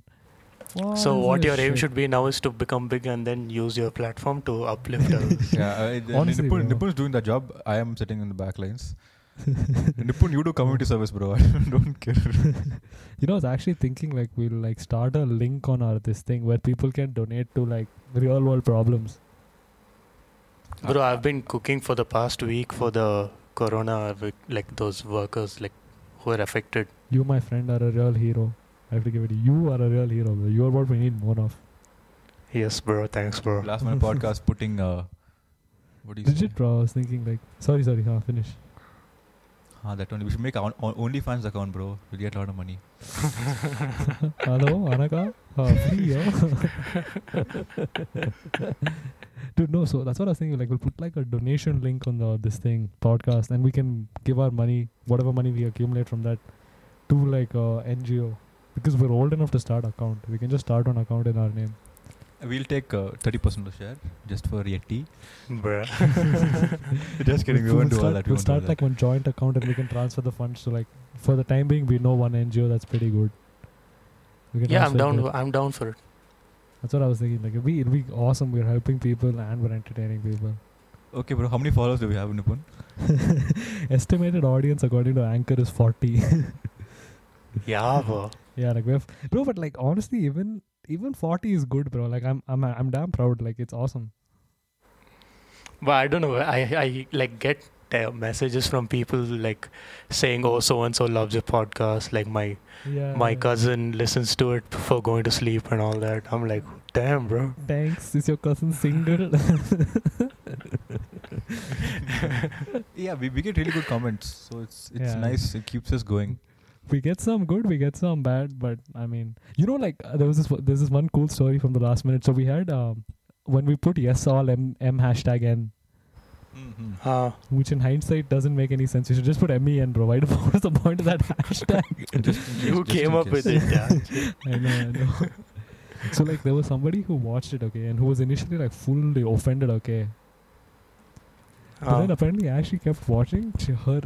so, is what this your aim shit? should be now is to become big and then use your platform to uplift others. yeah, I, and Honestly, Nipun, bro. Nipun's doing that job. I am sitting in the back lines. Nipun, you do community service, bro. I don't care. You know, I was actually thinking like we'll like start a link on our this thing where people can donate to like real world problems. bro, I've been cooking for the past week for the corona, vic- like those workers like who are affected. You, my friend, are a real hero. I have to give it. to You You are a real hero. Bro. You are what we need more of. Yes, bro. Thanks, bro. Last minute podcast putting. Uh, what do you say? Legit, bro. I was thinking like, sorry, sorry. Huh, finish. Ah, that only. We should make our on, OnlyFans account, bro. We'll get a lot of money. Hello, Anaka. Uh, free, yo. Dude, no. So that's what I was thinking. Like, we'll put like a donation link on the this thing podcast, and we can give our money, whatever money we accumulate from that, to like a NGO, because we're old enough to start account. We can just start an account in our name. We'll take uh, 30% of share just for Yeti. Bro. Just kidding, we We'll won't do all start- We'll that, we won't do all start like one joint account and we can transfer the funds to like. For the time being, we know one NGO that's pretty good. We can Yeah, I'm transfer down. that. I'm down for it. That's what I was thinking. Like, it'd be, it'd be awesome. We're helping people and we're entertaining people. Okay, bro. How many followers do we have, Nipun? Estimated audience according to Anchor is 40. Yeah, bro. Yeah, like we've bro, but like honestly, even even forty is good, bro. Like I'm I'm I'm damn proud. Like it's awesome. But I don't know. I I like get uh, messages from people like saying, "Oh, so and so loves your podcast." Like my Yeah. my cousin listens to it before going to sleep and all that. I'm like, damn, bro. Thanks. Is your cousin single? yeah, we, we get really good comments, so it's it's Yeah. nice. It keeps us going. we get some good, we get some bad, but I mean, you know, like uh, there was this one- there's this one cool story from the last minute. So we had um when we put yes all m m hashtag n, Mm-hmm. Uh, which in hindsight doesn't make any sense. You should just put m e n, bro. Why the- what was the point of that hashtag? you came up with it, yeah. I know, I know. so like there was somebody who watched it, okay, and who was initially like fully offended, okay. But then Uh, apparently as she kept watching, she, her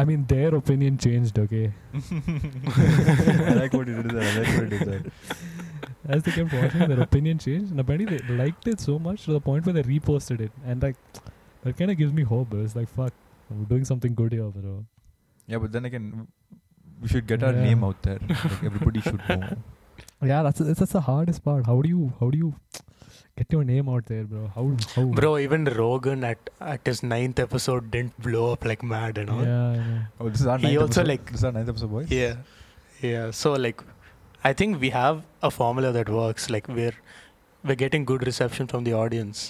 I mean their opinion changed, okay. I like what you did there. I like what you did there. As they kept watching, their opinion changed, and apparently they liked it so much to the point where they reposted it, and like that kind of gives me hope. Bro. It's like fuck, we're doing something good here, bro. Yeah, but then again, we should get our Yeah. name out there. Like everybody should know. Yeah, that's that's, that's the hardest part. How do you how do you get your name out there, bro? How how bro, even Rogan at, at his ninth episode didn't blow up like mad and all. Yeah, I know. Oh, this is our He ninth also, episode. like- this is our ninth episode, boys. Yeah. Yeah. So like I think we have a formula that works. Like we're we're getting good reception from the audience.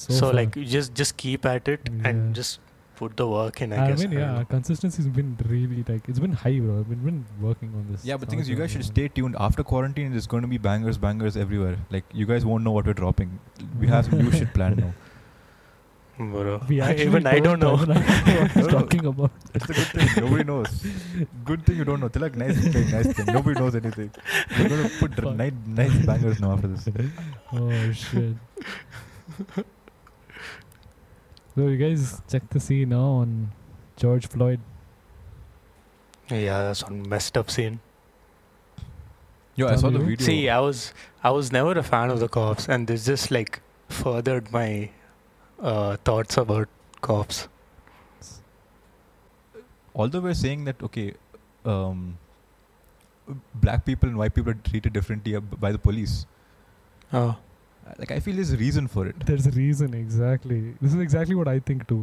So, far. like you just just keep at it Yeah. and just put the work in, I, I guess. mean, I don't yeah, know. consistency's been really like it's been high, bro. I've been, been working on this. Yeah, but thing is, you hard, guys should bro. stay tuned. After quarantine, there's going to be bangers, bangers everywhere. Like you guys won't know what we're dropping. We have some new shit planned now. Mm, Bro. We actually Even I don't know. Even I don't know what Don't I'm know. talking about. It's a good thing. Nobody knows. Good thing you don't know. Tilak, nice thing, nice thing. Nobody knows anything. We're gonna put Fuck. nice, nice bangers now after this. Oh shit. so you guys check the scene now on George Floyd. Yeah, that's one messed up scene. Yo, I saw the Tamil? video. See, I was I was never a fan of the cops and this just like furthered my uh, thoughts about cops. although we're saying that okay, um, black people and white people are treated differently ab- by the police. Oh. Uh, Like I feel there's a reason for it. There's a reason exactly. This is exactly what I think too.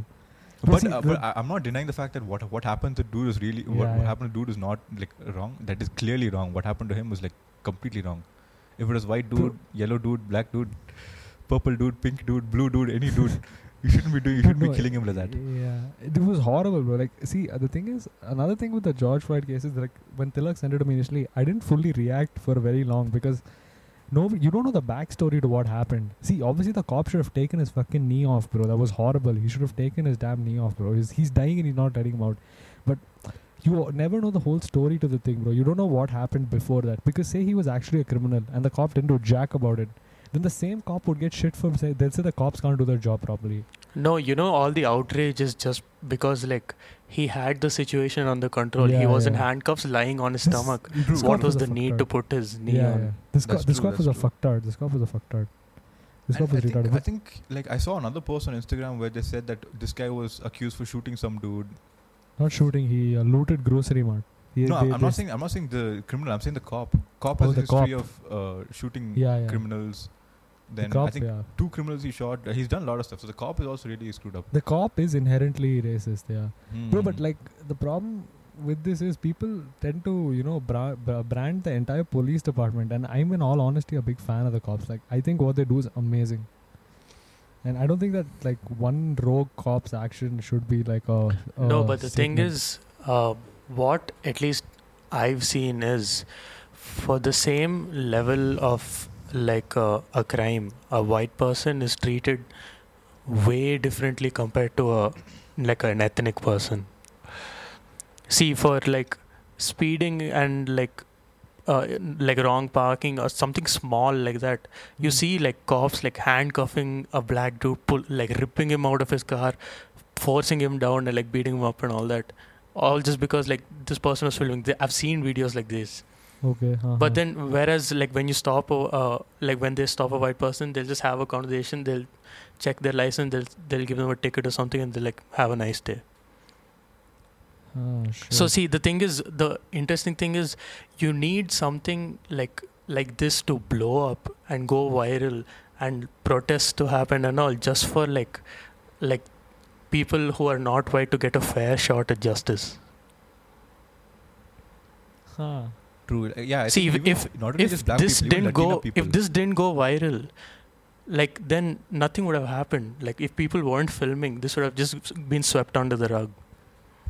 But But, see, uh, the- but I, I'm not denying the fact that what what happened to dude is really what, Yeah, what yeah. happened to dude is not like wrong. That is clearly wrong. What happened to him was like completely wrong. If it was white dude, yellow dude, black dude, purple dude, pink dude, blue dude, any dude, you shouldn't be doing. You But shouldn't no, be killing him like that. Yeah, it was horrible, bro. Like, see, uh, the thing is, another thing with the George Floyd case is like when Tilak sent it to me initially, I didn't fully react for very long because no, you don't know the backstory to what happened. See, obviously the cop should have taken his fucking knee off, bro. That was horrible. He should have taken his damn knee off, bro. He's, he's dying and he's not letting him out. But you o- never know the whole story to the thing, bro. You don't know what happened before that because say he was actually a criminal and the cop didn't do jack about it. Then the same cop would get shit from say they'll say the cops can't do their job properly. No, you know, all the outrage is just because, like, he had the situation under control. he Yeah, was in yeah. handcuffs lying on his This- stomach. this True. What cop was a the need to fucktard. put his knee yeah, on? yeah. This, co- That's this true, cop was a that's true. fucktard. This cop was a fucktard. This And cop was I think, retarded. I think like I saw another post on Instagram where they said that this guy was accused for shooting some dude. not shooting. He uh, looted grocery mart. He, No, they- I'm, I'm they- not saying I'm not saying the criminal. I'm saying the cop. Cop has Oh, a the history of uh, shooting Yeah, yeah. criminals. the Then I cop. think yeah. two criminals he shot. Uh, He's done a lot of stuff. So the cop is also really screwed up. The cop is inherently racist. Yeah. Hmm. Bro, but Mm. like the problem with this is people tend to you know bra- bra- brand the entire police department, and I'm in all honesty a big fan of the cops. Like I think what they do is amazing. And I don't think that like one rogue cop's action should be like a, a no, but the thing statement. is, uh, what at least I've seen is for the same level of, like, uh, a crime, a white person is treated way differently compared to a, like, an ethnic person. See, for, like, speeding and, like, uh, like wrong parking or something small like that you see like cops like handcuffing a black dude pull, like ripping him out of his car forcing him down and like beating him up and all that all just because like this person was filming Th- i've seen videos like this okay. Uh-huh. but then whereas like when you stop a, uh, like when they stop a white person they'll just have a conversation they'll check their license they'll they'll give them a ticket or something and they'll like have a nice day Oh, shit. So see, the thing is, the interesting thing is, you need something like like this to blow up and go viral and protests to happen and all, just for like like people who are not white to get a fair shot at justice. Huh. True. Uh, yeah. I See, think if- even not only If just black this people, even didn't Latino go, people. if this didn't go viral, like then nothing would have happened. Like if people weren't filming, this would have just been swept under the rug.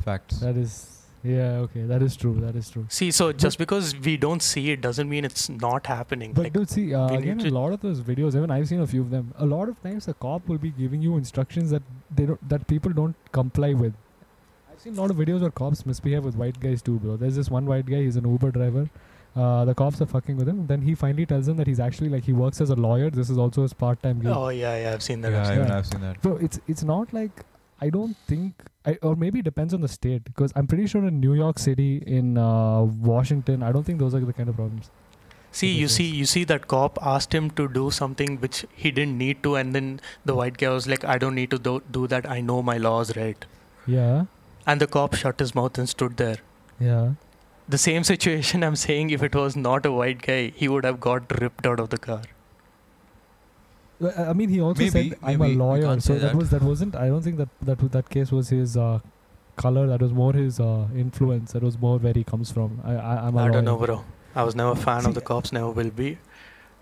facts. That is. Yeah, okay. That is true. That is true. See, so just because we don't see it doesn't mean it's not happening. But Like, dude, see, uh, we need again, a to- lot of those videos, even I've seen a few of them. A lot of times, a cop will be giving you instructions that they don't, that people don't comply with. I've seen a lot of videos where cops misbehave with white guys too, bro. There's this one white guy. He's an Uber driver. Uh, the cops are fucking with him. Then he finally tells them that he's actually like he works as a lawyer. This is also his part-time gig. oh yeah, yeah, I've seen that. I've Yeah, seen even that. I've seen that. Bro, it's it's not like I don't think, I, or maybe it depends on the state. Because I'm pretty sure in New York City, in uh, Washington, I don't think those are the kind of problems. See, you Because see, it's- you see that cop asked him to do something which he didn't need to, and then the white guy was like, "I don't need to do, do that. I know my laws, right?" Yeah, And the cop shut his mouth and stood there. yeah. The same situation I'm saying, if it was not a white guy, he would have got ripped out of the car. Well, I I mean, Uh, he also Maybe- said, "I'm a maybe we lawyer," can't so say that that. was that wasn't. I don't think that that w- that case was his uh, color. That was more his uh, influence. That was more where he comes from. I, I I'm a I lawyer. don't know, bro. I was never a fan See, of the cops, never will be,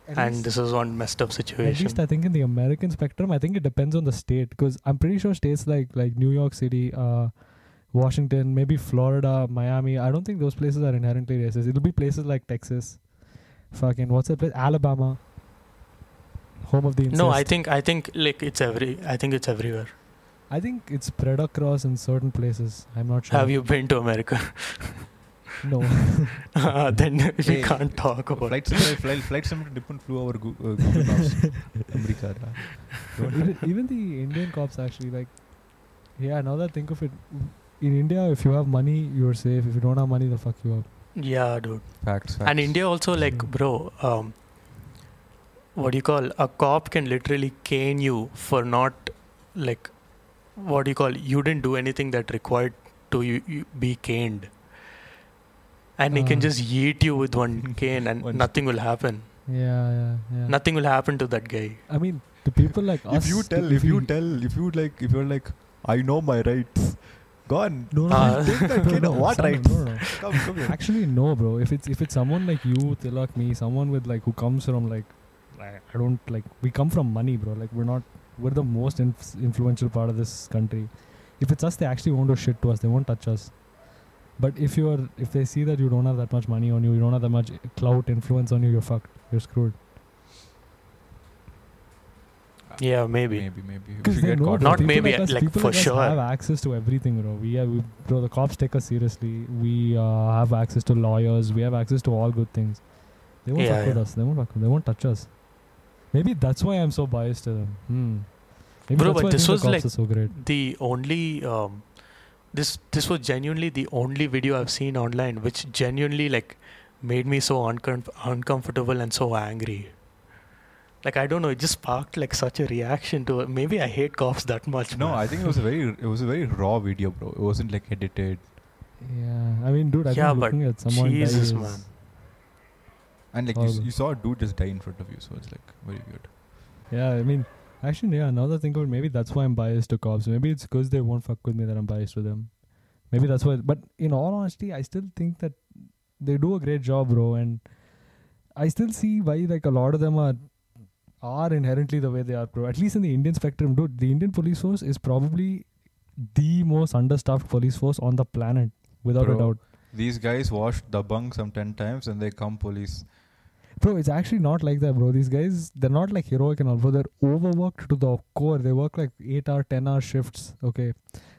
At and least- this is one messed up at situation. least I think in the American spectrum, I think it depends on the state because I'm pretty sure states like like New York City, uh, Washington, maybe Florida, Miami. I don't think those places are inherently racist. It'll be places like Texas, fucking what's that place? Alabama, home of the incest. no, I think I think like it's every. I think it's everywhere. I think it's spread across in certain places. I'm not sure. Have you been to America? Uh, No. then we Hey, can't talk about. Flight simulator, flight, flight simulator different flew over Gu- uh, Google Maps. America. da. even, even the Indian cops actually like, yeah. Now that I think of it, in India, if you have money, you're safe. If you don't have money, they'll fuck you up. Yeah, dude. Facts. Facts. And India also like Mm. bro, um, what do you call a cop can literally cane you for not like what do you call you didn't do anything that required to you, you be caned, and he can Ah. just yeet you with one cane and One nothing will happen. Yeah, yeah, yeah. Nothing will happen to that guy. I mean, to people like us. If you to- tell, if you we- tell, if you like, if you're like, I know my rights. Gone. No, no, Ah. Take that no, kid. no, What Simon, rights? no, no. Come, come here. Actually, no, bro. If it's if it's someone like you, Tilak, me, someone with like who comes from like, like, I don't like we come from money, bro. Like we're not we're the most inf- influential part of this country. If it's us, they actually won't do shit to us. They won't touch us. But if you're if they see that you don't have that much money on you, you don't have that much clout influence on you, you're fucked. You're screwed. Yeah, maybe. Maybe, maybe. We Because should they get know, caught. bro. Not People maybe, us- like, people for us sure. have access to everything, bro. We have, we, bro, the cops take us seriously. We uh, have access to lawyers. We have access to all good things. They won't Yeah, fuck with yeah. us. They won't fuck. They won't touch us. Maybe that's why I'm so biased to them. Hmm. Maybe Bro, that's but why I this think was the cops like- are so great. The only um, this this was genuinely the only video I've seen online which genuinely like made me so uncom- uncomfortable and so angry. Like I don't know, it just sparked like such a reaction to it. Maybe I hate cops that much. No, man. I think it was a very, it was a very raw video, bro. It wasn't like edited. Yeah, I mean, dude, I Yeah, think but looking at someone die Jesus, is- man. And like you, s- Horrible. you saw a dude just die in front of you, so it's like very weird. Yeah, I mean, actually, yeah. Now that I think of it, maybe that's why I'm biased to cops. Maybe it's because they won't fuck with me that I'm biased to them. Maybe that's why. But in all honesty, I still think that they do a great job, bro. And I still see why like a lot of them are are inherently the way they are, bro. At least in the Indian spectrum, dude. The Indian police force is probably the most understaffed police force on the planet, without a Bro. doubt. These guys washed the bunk some ten times, and they come police. Bro, it's actually not like that, bro. These guys, they're not like heroic and all, bro. They're overworked to the core. They work like 8 hour, 10 hour shifts, okay?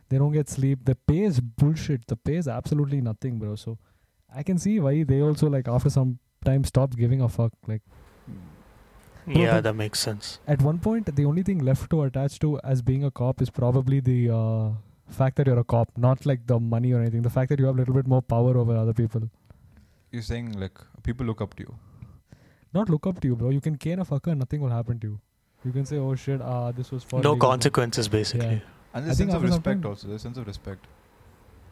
They don't get sleep. The pay is bullshit. The pay is absolutely nothing, bro. So I can see why they also, like, after some time stopped giving a fuck. Like, yeah, but- that makes sense. at one point, the only thing left to attach to as being a cop is probably the uh, fact that you're a cop, not like the money or anything. The fact that you have a little bit more power over other people. You're saying like people look up to you. Not look up to you, bro. You can cane a fucker and nothing will happen to you. You can say, oh shit, ah, this was for legal No purpose." consequences, basically. Yeah. And I the think sense of after some respect time- also. The sense of respect.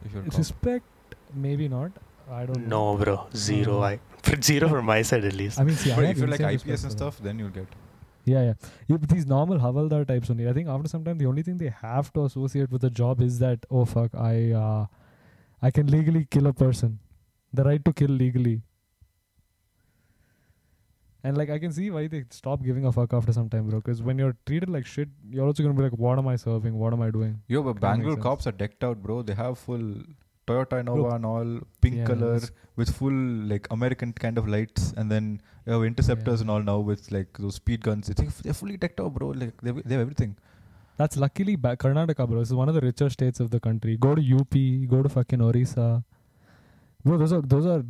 You should call. Respect, maybe not. I don't know. No, bro. Zero. I zero from my side at least. I mean, see, I but have if you like insane IPS respect and for them. stuff, then you'll get. Yeah, yeah. yeah but these normal Havaldar types only. I think after some time, the only thing they have to associate with the job is that oh fuck, I uh, I can legally kill a person, the right to kill legally. And like I can see why they stop giving a fuck after some time, bro. Because when you're treated like shit, you're also gonna be like, what am I serving? What am I doing? Yo, but That Bangalore makes cops are decked out, bro. They have full Toyota Innova and all, pink Yeah, color that's- with full like American kind of lights, and then you have interceptors Yeah. and all now with like those speed guns. It's like, they're fully decked out, bro. Like they they have everything. That's luckily ba- Karnataka, bro. This is one of the richer states of the country. Go to UP, go to fucking Orissa. Bro, those are those are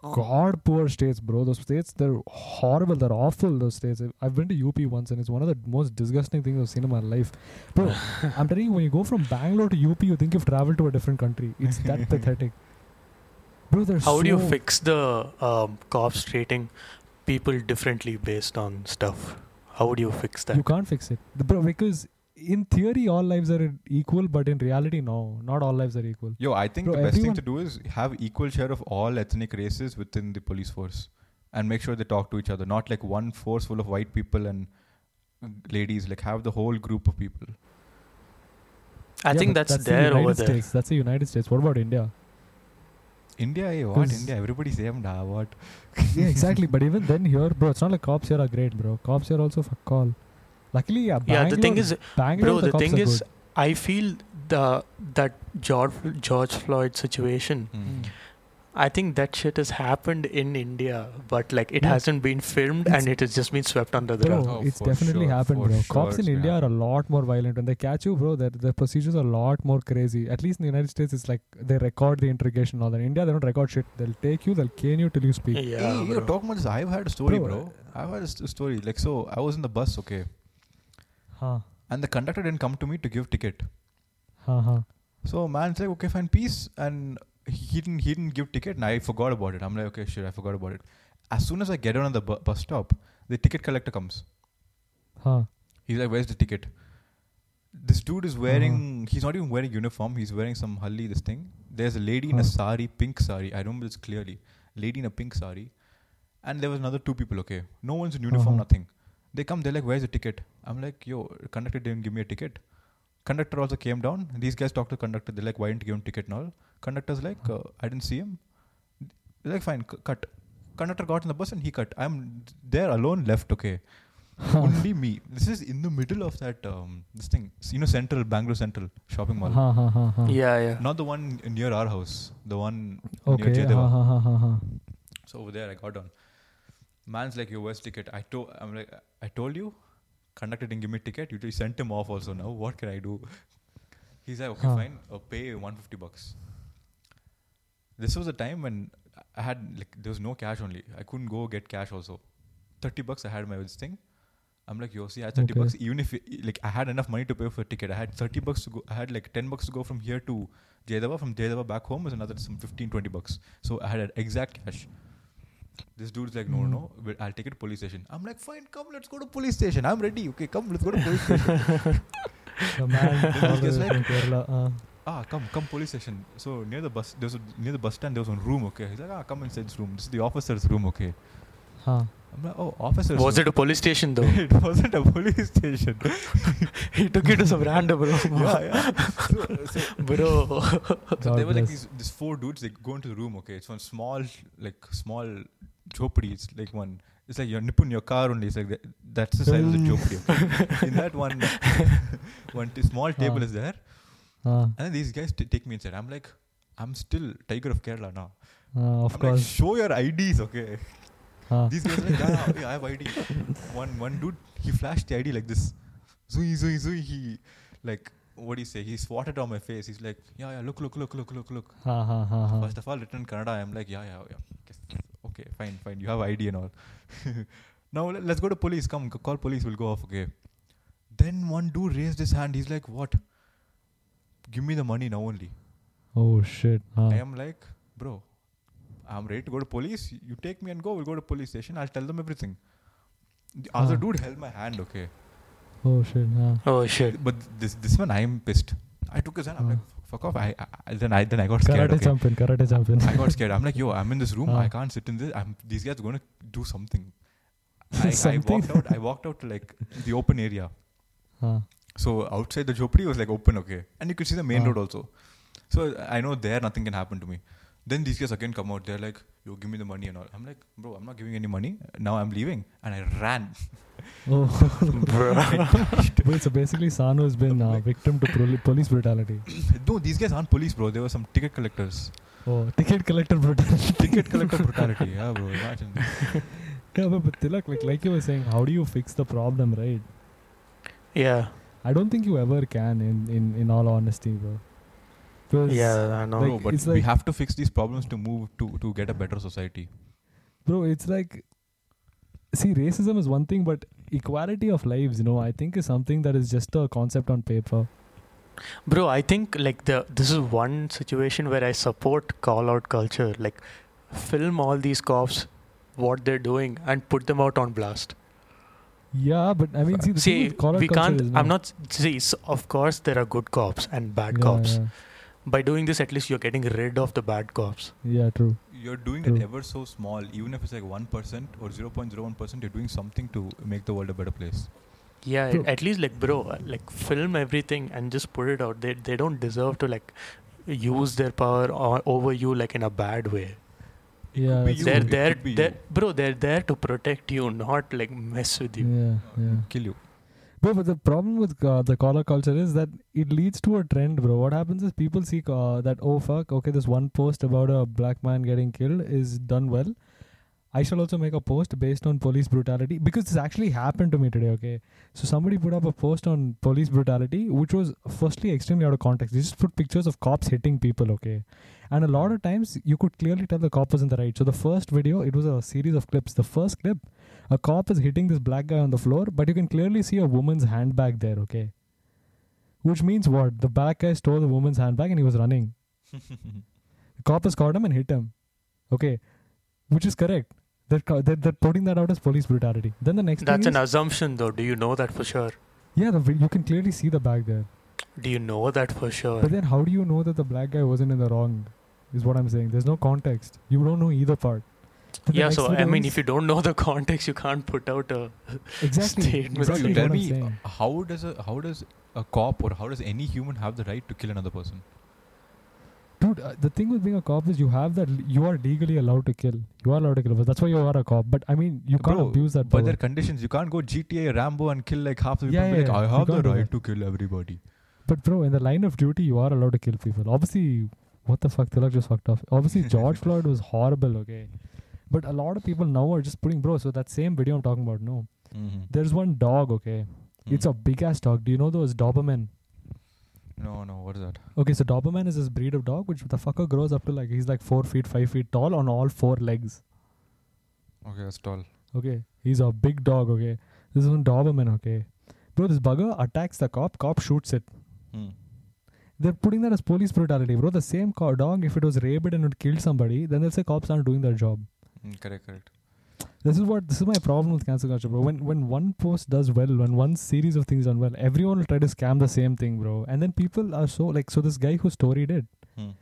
god poor states, bro. Those states they're horrible. They're awful. Those states. I've- I've been to UP once, and it's one of the most disgusting things I've seen in my life, bro. I'm telling you, when you go from Bangalore to UP, you think you've traveled to a different country. It's that pathetic, bro. They're How do you so- fix the um, cops treating people differently based on stuff? How would you fix that? You can't fix it, The- bro. Because in theory, all lives are equal, but in reality, no, not all lives are equal. Yo, I think Bro, the best thing everyone- to do is have equal share of all ethnic races within the police force, and make sure they talk to each other. Not like one force full of white people and ladies. Like have the whole group of people. I Yeah, think but that's, the there United over there. States. That's the United States. What about India? India, eh, what 'Cause- India? Everybody same, da what? yeah, exactly. But even then, here, bro, it's not like cops here are great, bro. Cops here also fuck all. Luckily, yeah. Yeah, the thing Bangalore- is, Bangalore, bro, the cops thing are is, good. I feel the that George George Floyd situation. Mm. I think that shit has happened in India, but like it Yeah. hasn't been filmed It's- and it has just been swept under the bro, rug. Oh, it's for definitely sure, happened, for bro. sure cops in it's been India are a lot more violent. When they catch you, bro, their the procedures are a lot more crazy. At least in the United States, it's like they record the interrogation and all that. In India, they don't record shit. They'll take you, they'll cane you till you speak. Yeah, hey, bro. you're talking about this. I've had a story, Bro, uh, bro. I've had a st- story. Like, so I was in the bus, okay, Huh, and the conductor didn't come to me to give ticket. huh, huh. So man's like, okay, fine, peace, and he didn't he didn't give ticket, and I forgot about it. I'm like, okay, sure, I forgot about it. As soon as I get on the bu- bus stop, the ticket collector comes. Huh. He's like, where's the ticket? This dude is wearing. He's not even wearing uniform. He's wearing some halli. This thing. There's a lady in a Huh. sari, pink sari. I remember this clearly. Lady in a pink sari, and there was another two people. Okay, no one's in uniform. Uh-huh. Nothing. They come. They're like, where's the ticket? I'm like, yo, conductor didn't give me a ticket. Conductor also came down. These guys talked to conductor. They're like, why didn't you give him ticket and all? Conductor's like, uh, I didn't see him. They're like, fine, c- cut. Conductor got in the bus and he cut. I'm there alone, left. Okay only me. This is in the middle of that um, this thing. S- You know, Central Bangalore Central shopping mall. Huh, huh, huh, huh. yeah, yeah. Not the one near our house. The one Okay. uh-huh. near Huh, Jadeva. huh, huh, huh, huh. So over there, I got on. Man's like, "Your worst ticket." I told, I'm like, "I told you." Conductor didn't give me ticket. You just sent him off. Also now, what can I do? He's like, "Okay, Huh. fine. Uh, pay 150 bucks." This was a time when I had like there was no cash only. I couldn't go get cash also. 30 bucks I had my this thing. I'm like, yo, see, I had 30 Okay. bucks. Even if like I had enough money to pay for a ticket, I had 30 bucks to go. I had like 10 bucks to go from here to Jaidava. From Jaidava back home was another some 15, 20 bucks. So I had exact cash. This dude's like, no, no, no, Hmm. but I'll take it to police station. I'm like, fine, come, let's go to police station. I'm ready. Okay, come, let's go to police station. The man This all the is way from like- Kerala. Uh, ah, come, come, police station. So near the bus, there's a, near the bus stand, there was one room. Okay, he's like, ah, come inside this room. This is the officer's room. Okay, huh. I'm like, oh, officer's. Was room. it a police station though? it wasn't a police station. he took you to some random room, yeah, yeah. So, so, bro. so God there were like bless. these, these four dudes. They go into the room. Okay, it's one small, like small jhopadi. It's like one. It's like your nip in your car only. It's like that, that's the size of the Mm. jhopadi. Okay? in that one, one t- small table Ah. is there, Uh, and then these guys t- take me inside. I'm like, I'm still Tiger of Kerala now. uh, of I'm like, course. Ah. show your IDs, okay? Huh. These guys are like, yeah, yeah, I have ID. One one dude, he flashed the ID like this. Zui, zui, zui. He, like, what do you say? He swatted on my face. He's like, yeah, yeah, look, look, look, look, look, look. Ha ha ha ha. First of all, written Kannada. I'm like, yeah, yeah, yeah. Yes. Okay, fine, fine. You have ID and all. now let, let's go to police. Come, c- call police. We'll go off. Okay. Then one dude raised his hand. He's like, what? Give me the money now only. Oh shit. Huh. I am like, bro, I'm ready to go to police. You take me and go. We'll go to police station. I'll tell them everything. The other Huh. dude held my hand, okay. Oh shit. Huh. oh shit. But this this one, I'm pissed. I took his hand. I'm Huh. like, fuck, fuck off. I, I then I then I got scared. Karate Okay. champion, karate champion. I got scared. I'm like, yo, I'm in this room. I Ah. can't sit in this. I'm, these guys are gonna do something. I, I Something? walked out. I walked out to like the open area. Huh. So outside the jhopadi was like open, okay, and you could see the main Ah. road also. So I know there nothing can happen to me. Then these guys again come out. They're like, yo, give me the money and all. I'm like, bro, I'm not giving any money. Now I'm leaving, and I ran. Oh. Bro. Wait, so basically Sanu has been uh, victim to proli- police brutality. no, these guys aren't police, bro. They were some ticket collectors. Oh, ticket collector brutality. ticket collector brutality. Yeah, bro. Imagine. Yeah, but, but Tilak, like, like you were saying, how do you fix the problem, right? yeah. I don't think you ever can, in, in, in all honesty, bro. 'Cause- Yeah, I know. Like, Bro, but it's we like- have to fix these problems to move to to get a better society. Bro, it's like, see, racism is one thing, but equality of lives, you know, I think is something that is just a concept on paper. Bro, I think like the this is one situation where I support call out culture. Like film all these cops what they're doing and put them out on blast. Yeah, but I mean, see, the thing see, with collar we culture can't is I'm not see, s of course there are good cops and bad Yeah, cops. Yeah, By doing this at least you're getting rid of the bad cops. yeah, true. You're doing True. it ever so small, even if it's like one percent or zero point zero one percent. You're doing something to make the world a better place. Yeah, True. at least like bro, uh, like film everything and just put it out. They they don't deserve to like use their power o over you like in a bad way. Yeah, be that's you. they're it there, could be they're, you. bro. They're there to protect you, not like mess with you. Yeah, yeah. Kill you. Bro, but the problem with uh, the collar culture is that it leads to a trend, bro. What happens is people see uh, that, oh fuck, okay, this one post about a black man getting killed is done well. I shall also make a post based on police brutality because this actually happened to me today, okay? So somebody put up a post on police brutality, which was firstly extremely out of context. They just put pictures of cops hitting people, okay? And a lot of times you could clearly tell the cop was in the right. So the first video, it was a series of clips. The first clip, a cop is hitting this black guy on the floor, but you can clearly see a woman's handbag there, okay? Which means what? The black guy stole the woman's handbag and he was running. The cop has caught him and hit him. Okay. Which is correct. They're, co- they're, they're putting that out as police brutality. Then the next That's thing an is, assumption, though. Do you know that for sure? yeah, the, vi- you can clearly see the bag there. Do you know that for sure? But then how do you know that the black guy wasn't in the wrong? Is what I'm saying. There's no context. You don't know either part. Then the Yeah. next So I video mean, is- if you don't know the context, you can't put out a. exactly, statement. Bro, exactly you tell what I'm me saying. uh, how does a how does a cop or how does any human have the right to kill another person? dude uh, the thing with being a cop is you have that you are legally allowed to kill you are allowed to kill that's why you are a cop but i mean you can't Bro, abuse that But power. there are conditions. You can't go GTA Rambo and kill like half the people. Yeah, and be yeah, like, yeah. I You have the can't do that. right to kill everybody. but bro in the line of duty you are allowed to kill people obviously what the fuck Tilak just fucked off obviously george floyd was horrible okay but a lot of people now are just putting bro so that same video i'm talking about no Mm-hmm. there's one dog okay Hmm. it's a big ass dog do you know those doberman no, no. What is that? okay so doberman is this breed of dog which the fucker grows up to like he's like four feet five feet tall on all four legs Okay, that's tall. Okay. He's a big dog, okay. This is one Doberman, okay. Bro, this bugger attacks the cop, cop shoots it. Hmm. They're putting that as police brutality, bro. The same co- dog, if it was rabid and it killed somebody, then they'll say cops aren't doing their job. Mm, correct, correct. This is what this is my problem with cancel culture, bro. When when one post does well, when one series of things done well, everyone will try to scam the same thing, bro. And then people are so like so this guy who storied it, Hmm.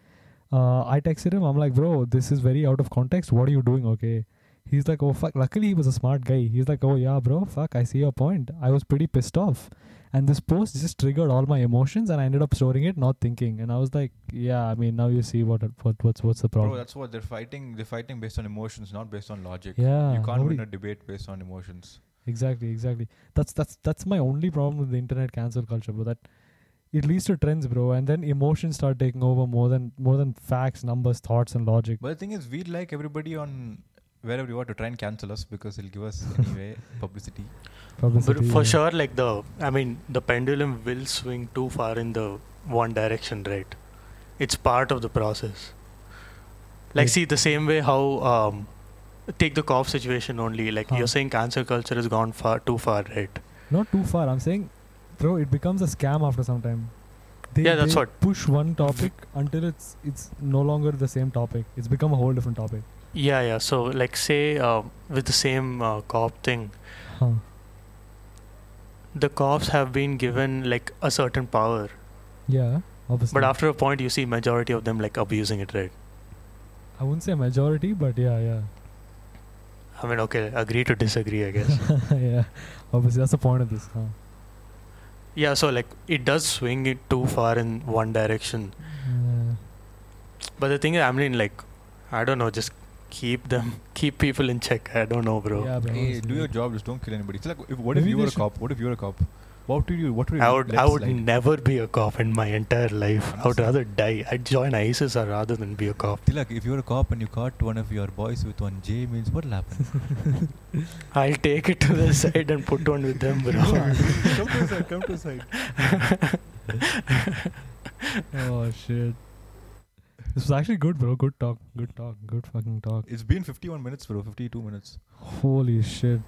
uh, I texted him. I'm like, bro, this is very out of context. What are you doing? Okay. He's like, oh, fuck. Luckily, he was a smart guy. He's like, oh, yeah, bro, fuck. I see your point. I was pretty pissed off. And this post just triggered all my emotions, and I ended up storing it, not thinking. And I was like, yeah, I mean, now you see what, what what's what's the Bro, problem. that's what they're fighting. They're fighting based on emotions, not based on logic. yeah. you can't nobody- win a debate based on emotions. Exactly, exactly. That's that's that's my only problem with the internet cancel culture, bro. That it leads to trends, bro, and then emotions start taking over more than more than facts, numbers, thoughts, and logic. But the thing is, we like everybody on wherever you are to try and cancel us because it'll give us anyway publicity. But Publicity, for yeah. sure, like the I mean, the pendulum will swing too far in the one direction, right? It's part of the process. Like, Yes. see, the same way how um, take the cop situation only. Like Huh. you're saying, cancer culture has gone far too far, right? Not too far. I'm saying, bro, it becomes a scam after some time. They, Yeah, that's they what- Push one topic until it's it's no longer the same topic. It's become a whole different topic. Yeah, yeah. So, like, say um, with the same uh, cop thing, Huh. the cops have been given like a certain power, Yeah. Obviously. But after a point, you see majority of them like abusing it, right? I wouldn't say majority, but yeah, yeah. I mean, okay, agree to disagree, I guess. yeah. Obviously, that's the point of this. Huh? yeah, so like it does swing it too far in one direction. Yeah. But the thing is, I mean, like, I don't know, just keep them, keep people in check. I don't know, bro. Yeah, bro, Hey, do honestly. your job. Just don't kill anybody. It's like, if, what Maybe if you they were a should- cop? What if you were a cop? What would you? What would you? I would, let I would slide? never be a cop in my entire life. I would Honestly. rather die. I'd join ISIS or rather than be a cop. Tilak, if you're a cop and you caught one of your boys with one J means what'll happen? I'll take it to the side and put on with them, bro. come to side, come to side. Oh shit. This was actually good, bro. Good talk. Good talk. Good fucking talk. It's been 51 minutes, bro. 52 minutes. Holy shit.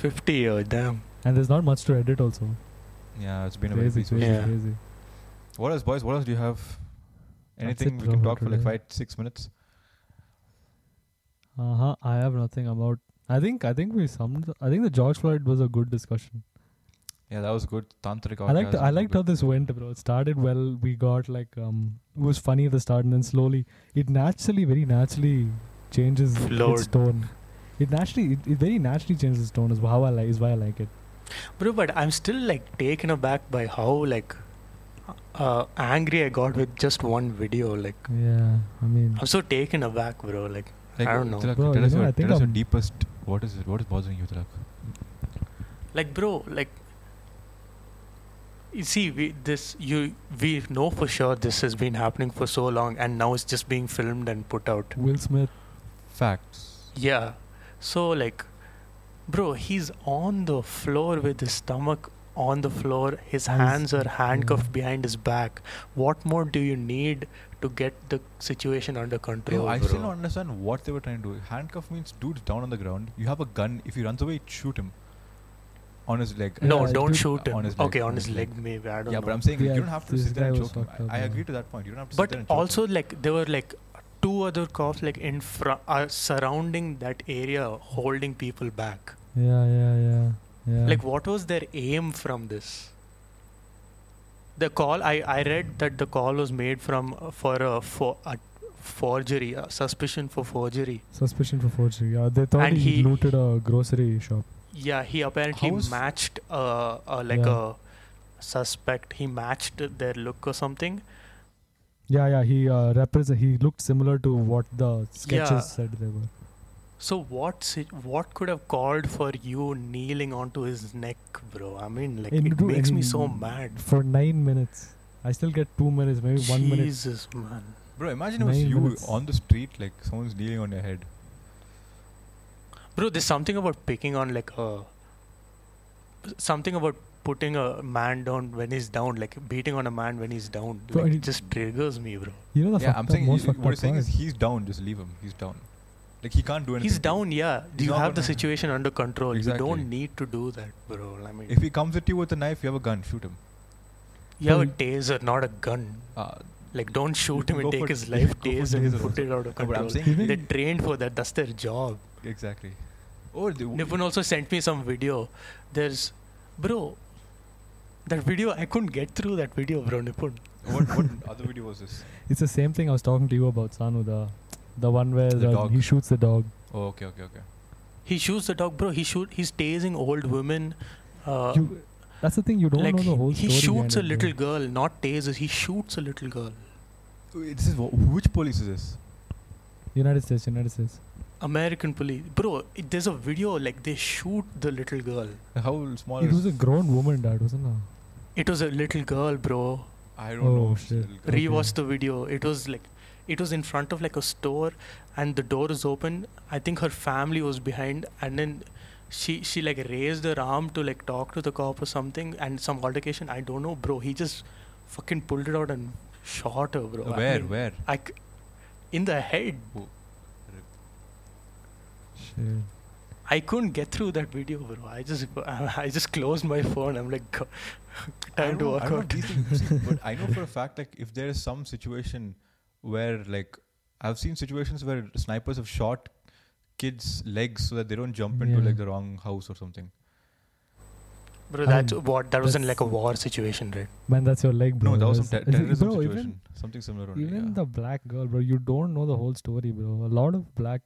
50 year, damn. And there's not much to edit, also. Yeah, it's been a very Crazy, peaceful. crazy, Yeah. crazy. What else, boys? What else do you have? That's Anything it, we bro, can for talk for like today. five, six minutes? Uh huh. I have nothing about. I think. I think we summed. I think the George Floyd was a good discussion. Yeah, that was good. Tantric. I liked. orgasm, I liked how good. this went, bro. It started well. We got like um. It was funny at the start, and then slowly it naturally, very naturally, changes its Flowed. tone. It naturally, it, it very naturally changes its tone. Is how I like. Is why I like it. Bro, but I'm still like taken aback by how like uh, angry I got with just one video. Like, Yeah. I mean. I'm so taken aback, bro. Like, Like, I don't know. Tilak, Bro, tell you us, know, your, I think tell us your I'm- deepest. What is it? What is bothering you, Tilak? like bro like you see we this you we know for sure this has been happening for so long and now it's just being filmed and put out Will Smith. Facts. yeah so like bro he's on the floor with his stomach on the floor his Hands- hands are handcuffed yeah. behind his back what more do you need to get the situation under control Bro, I bro? still don't understand what they were trying to do. Handcuff means dude's down on the ground. You have a gun. If he runs away, shoot him. On his leg. no Yeah, don't dude. shoot him On his leg, okay on on his his leg, leg. maybe i don't Yeah, know but I'm saying Yeah, you don't have to this sit there guy and was choke him. fucked up, I, I yeah. agree to that point. You don't have to sit But there and choke also, him. like there were like two other cops like in front are surrounding that area, holding people back. Yeah. Yeah. Yeah. Yeah. Like, what was their aim from this? The call I I read that the call was made from uh, for a for a forgery, a suspicion for forgery. Suspicion for forgery. Yeah, they thought And he, he- looted a grocery shop. Yeah, he apparently How is- matched uh, uh like Yeah. a suspect. He matched their look or something. Yeah, yeah. He uh, represent. He looked similar to what the sketches Yeah. said they were. So what si- what could have called for you kneeling onto his neck, bro? I mean, like And it bro, makes me and so mad. For nine minutes, I still get two minutes, maybe one minute. Jesus, man. Bro, imagine it was Nine you minutes. on the street, like someone's kneeling on your head. Bro, there's something about picking on like a something about putting a man down when he's down, like beating on a man when he's down. Bro, like, I it just triggers me, bro. You know the yeah, fucked I'm up- saying most you- fucked what you're up saying is part? he's down. Just leave him. He's down. Like he can't do anything. He's to you. down, yeah. He's you not have the gonna- situation under control. Exactly. You don't need to do that, bro. I mean, If he comes at you with a knife, you have a gun. Shoot him. you have a Bro, taser, not a gun. Uh, Like, don't shoot can him and go take for- his you life, can go for taser, and taser put also. it out of no, but control. I'm saying They're if- trained for that. That's their job. exactly. Oh, the, Nipun also sent me some video. There's, bro, that video I couldn't get through that video, bro. Nipun. what, what other video was this? It's the same thing I was talking to you about, Sanu. The, the one where The uh, dog. he shoots the dog. Oh, okay, okay, okay. He shoots the dog, bro. He shoot. He's tasing old women. Uh, you, that's the thing. You don't like know the whole he, he story. shoots behind a it, bro. little girl, not tases. He shoots a little girl. Wait, This is wh- which police is this? United States, United States. American police, bro. It, there's a video like they shoot the little girl. How small? It is was a grown woman, dad, wasn't it? It was a little girl, bro. I don't Oh, know. shit. Little girl. Okay. Rewatch the video. It was like, it was in front of like a store, and the door is open. I think her family was behind, and then she she like raised her arm to like talk to the cop or something, and some altercation. I don't know, bro. He just fucking pulled it out and shot her, bro. I where? mean, where? I c- in the head. Shit. I couldn't get through that video, bro. I just I just closed my phone. I'm like, "God, I don't time to know- work I don't know out. these things- see, but I know for a fact, like, if there is some situation where, like, I've seen situations where snipers have shot kids' legs so that they don't jump into Yeah. like the wrong house or something. Bro, I that's mean, what that wasn't that's- like a war situation, right? Man, that's your leg, bro. No, that was some That's- ter- terrorism bro, situation. Even, Something similar only. even yeah. the black girl, bro. You don't know the whole story, bro. A lot of black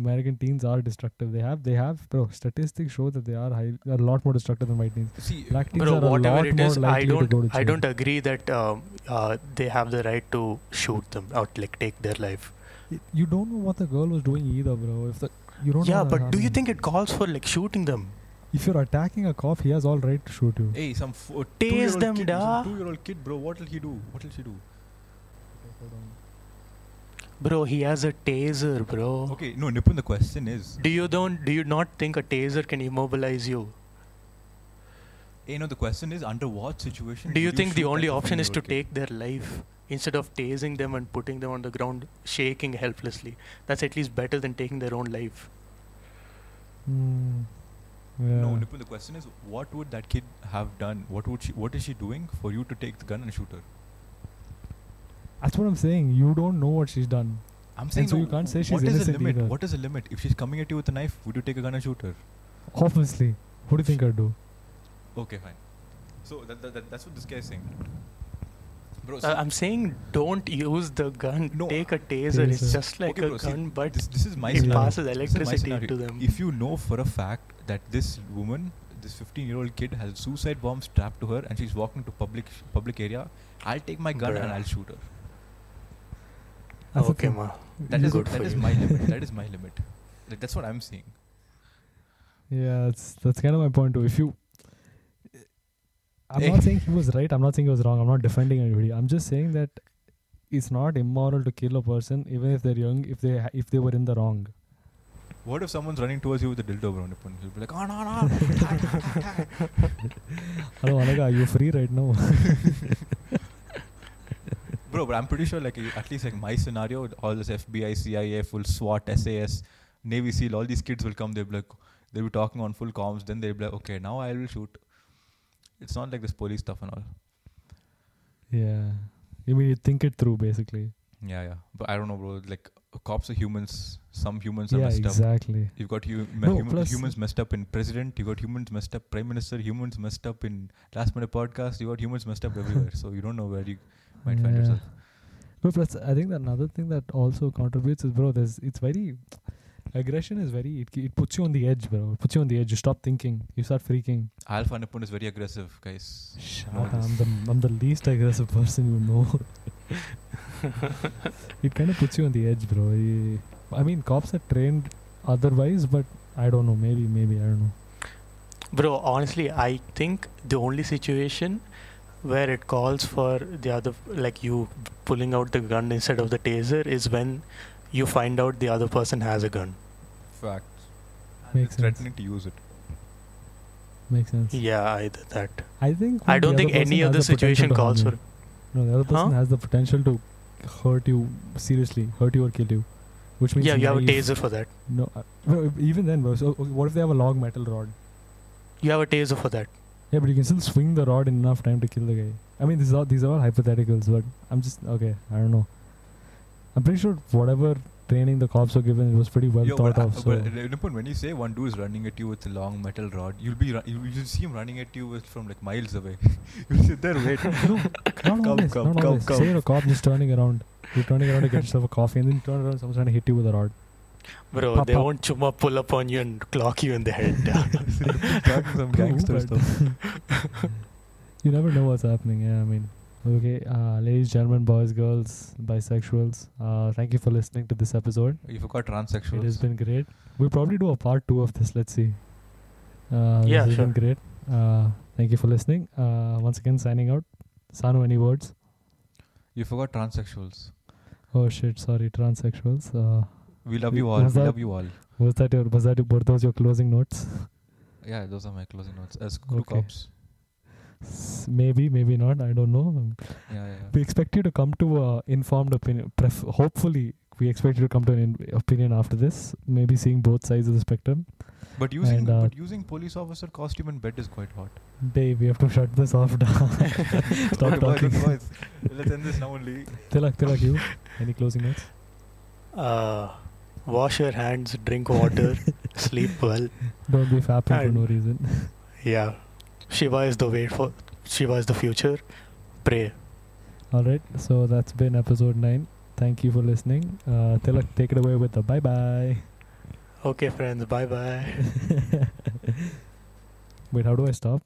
American teens are destructive. They have, they have, bro. Statistics show that they are high, are a lot more destructive than white teens. See, Black teens Bro, are a lot whatever it more is, likely I to go to don't, jail. I don't agree that um, uh, they have the right to shoot them or like take their life. Y- You don't know what the girl was doing either, bro. If the you don't. know Yeah, what but do you happened. think it calls for like shooting them? if you're attacking a cop, he has all right to shoot you? hey, some f- two-year-old Tase them, kid, da. Two year old kid, bro. What will he do? What will she do? Bro, he has a taser, bro. Okay, no, Nipun, the question is. Do you don't do you not think a taser can immobilize you? Hey, no, the question is under what situation? Do you would think the shoot only at a option is to five-year-old take their life instead of tasing them and putting them on the ground shaking helplessly? That's at least better than taking their own life. Hmm. kid? No, Yeah. Nipun, the question is what would that kid have done? What would she? What is she doing for you to take the gun and shoot her? That's what I'm saying. You don't know what she's done. I'm saying so no, you can't say she's what is the innocent limit? either. What is the limit? If she's coming at you with a knife, would you take a gun and shoot her? Obviously. What do you think I'd do? Oh, Okay, fine. So that, that, that, that's what this guy is saying. Bro, Uh, I'm saying don't use the gun. No. Take a taser. It's Taser. just like Okay, a bro, see, gun, but this, this is my it scenario. passes This is my electricity scenario. to them. If you know for a fact that this woman, this 15 year old kid, has a suicide bomb strapped to her and she's walking to public public area, I'll take my gun and Bruh. I'll shoot her. That's the okay, thing. ma. That You is Good that for is you. my limit. That is my limit. Like, that's what I'm saying. Yeah, that's that's kind of my point too. If you, I'm Eh. not saying he was right. I'm not saying he was wrong. I'm not defending anybody. I'm just saying that it's not immoral to kill a person even if they're young. If they ha- if they were in the wrong. What if someone's running towards you with a dildo, bro? Nipun? You'll be like, oh no no. Hello, Anaga, are you free right now? Bro, but I'm pretty sure, like i- at least like my scenario, all this FBI, CIA, full SWAT, SAS, Navy SEAL, all these kids will come. They'll be like, they'll be talking on full comms. Then they'll be like, okay, now I will shoot. It's not like this police stuff and all. yeah, you mean you think it through basically? Yeah, yeah. But I don't know, bro. Like cops are humans. Some humans are yeah, messed up. exactly. You've got hu- No, human, plus- humans messed up in president. You got humans messed up prime minister. Humans messed up in last minute podcast. You got humans messed up everywhere. so you don't know where you might find Yeah. yourself. No, plus I think that another thing that also contributes is bro, there's it's very aggression is very it, it puts you on the edge, bro. It puts you on the edge. You stop thinking. You start freaking. Alpha Nipun is very aggressive, guys. Shut Know up, this. I'm the I'm the least aggressive person you know. it kind of puts you on the edge, bro. I- I mean, cops are trained otherwise, but I don't know. Maybe, maybe I don't know. Bro, honestly, I think the only situation where it calls for the other, like you pulling out the gun instead of the taser, is when you find out the other person has a gun. Fact. And Makes they're threatening to use it. Makes sense. Yeah, I did that. I think. Hmm. I when don't Hmm, the think other person any has other the potential situation to harm calls you. for. No, the other person Huh? has the potential to hurt you seriously, hurt you or kill you, which means Yeah, you have a knife. taser for that. No, uh, bro, even then, bro. So okay, what if they have a long metal rod? You have a taser for that. Yeah, but you can still swing the rod in enough time to kill the guy. I mean, these are these are all hypotheticals, but I'm just okay. I don't know. I'm pretty sure whatever training the cops were given, it was pretty well Yo, thought but, of. uh, So but, uh, Nipun, when you say one dude is running at you with a long metal rod, you'll be ru- you'll, you'll see him running at you with, from like miles away. you'll sit there wait. not come, always, come, not come, always. come. Say a cop just turning around, you're turning around to get yourself a coffee, and then you turn around, someone's trying to hit you with a rod. Bro, Pop, they pop. won't chuma pull up on you and clock you in the head. Nipun's talking some True, gangster but- stuff. You never know what's happening. Yeah, I mean, okay, uh, ladies, gentlemen, boys, girls, bisexuals, uh, thank you for listening to this episode. You forgot transsexuals. It has been great. We'll probably do a part two of this. Let's see. Uh, Yeah, this has been sure. great. Uh, thank you for listening. Uh, once again, signing out. Sanu, any words? you forgot transsexuals. Oh shit, sorry, transsexuals. Uh, We love Y- you all. was We that- love you all. was that your was that your, were those your closing notes? Yeah, those are my closing notes. As crew Okay. cops. S- maybe, maybe not. I don't know. Yeah, yeah. We expect you to come to a informed opinion. Pref- hopefully, we expect you to come to an in- opinion after this. Maybe seeing both sides of the spectrum. But using And, uh, but using police officer costume in bed is quite hot. Dave, we have to shut this off. down. Stop Okay, boys, talking. okay, boys. Let's end this now only. Tilak, Tilak, you. Any closing notes? uh, wash your hands, drink water, sleep well. Don't be fapping for And- no reason. Yeah. Shiva is the way for Shiva is the future. Pray. All right. So that's been episode nine. Thank you for listening. Uh, Tilak, take it away with the bye bye. Okay, friends. Bye bye. Wait, how do I stop?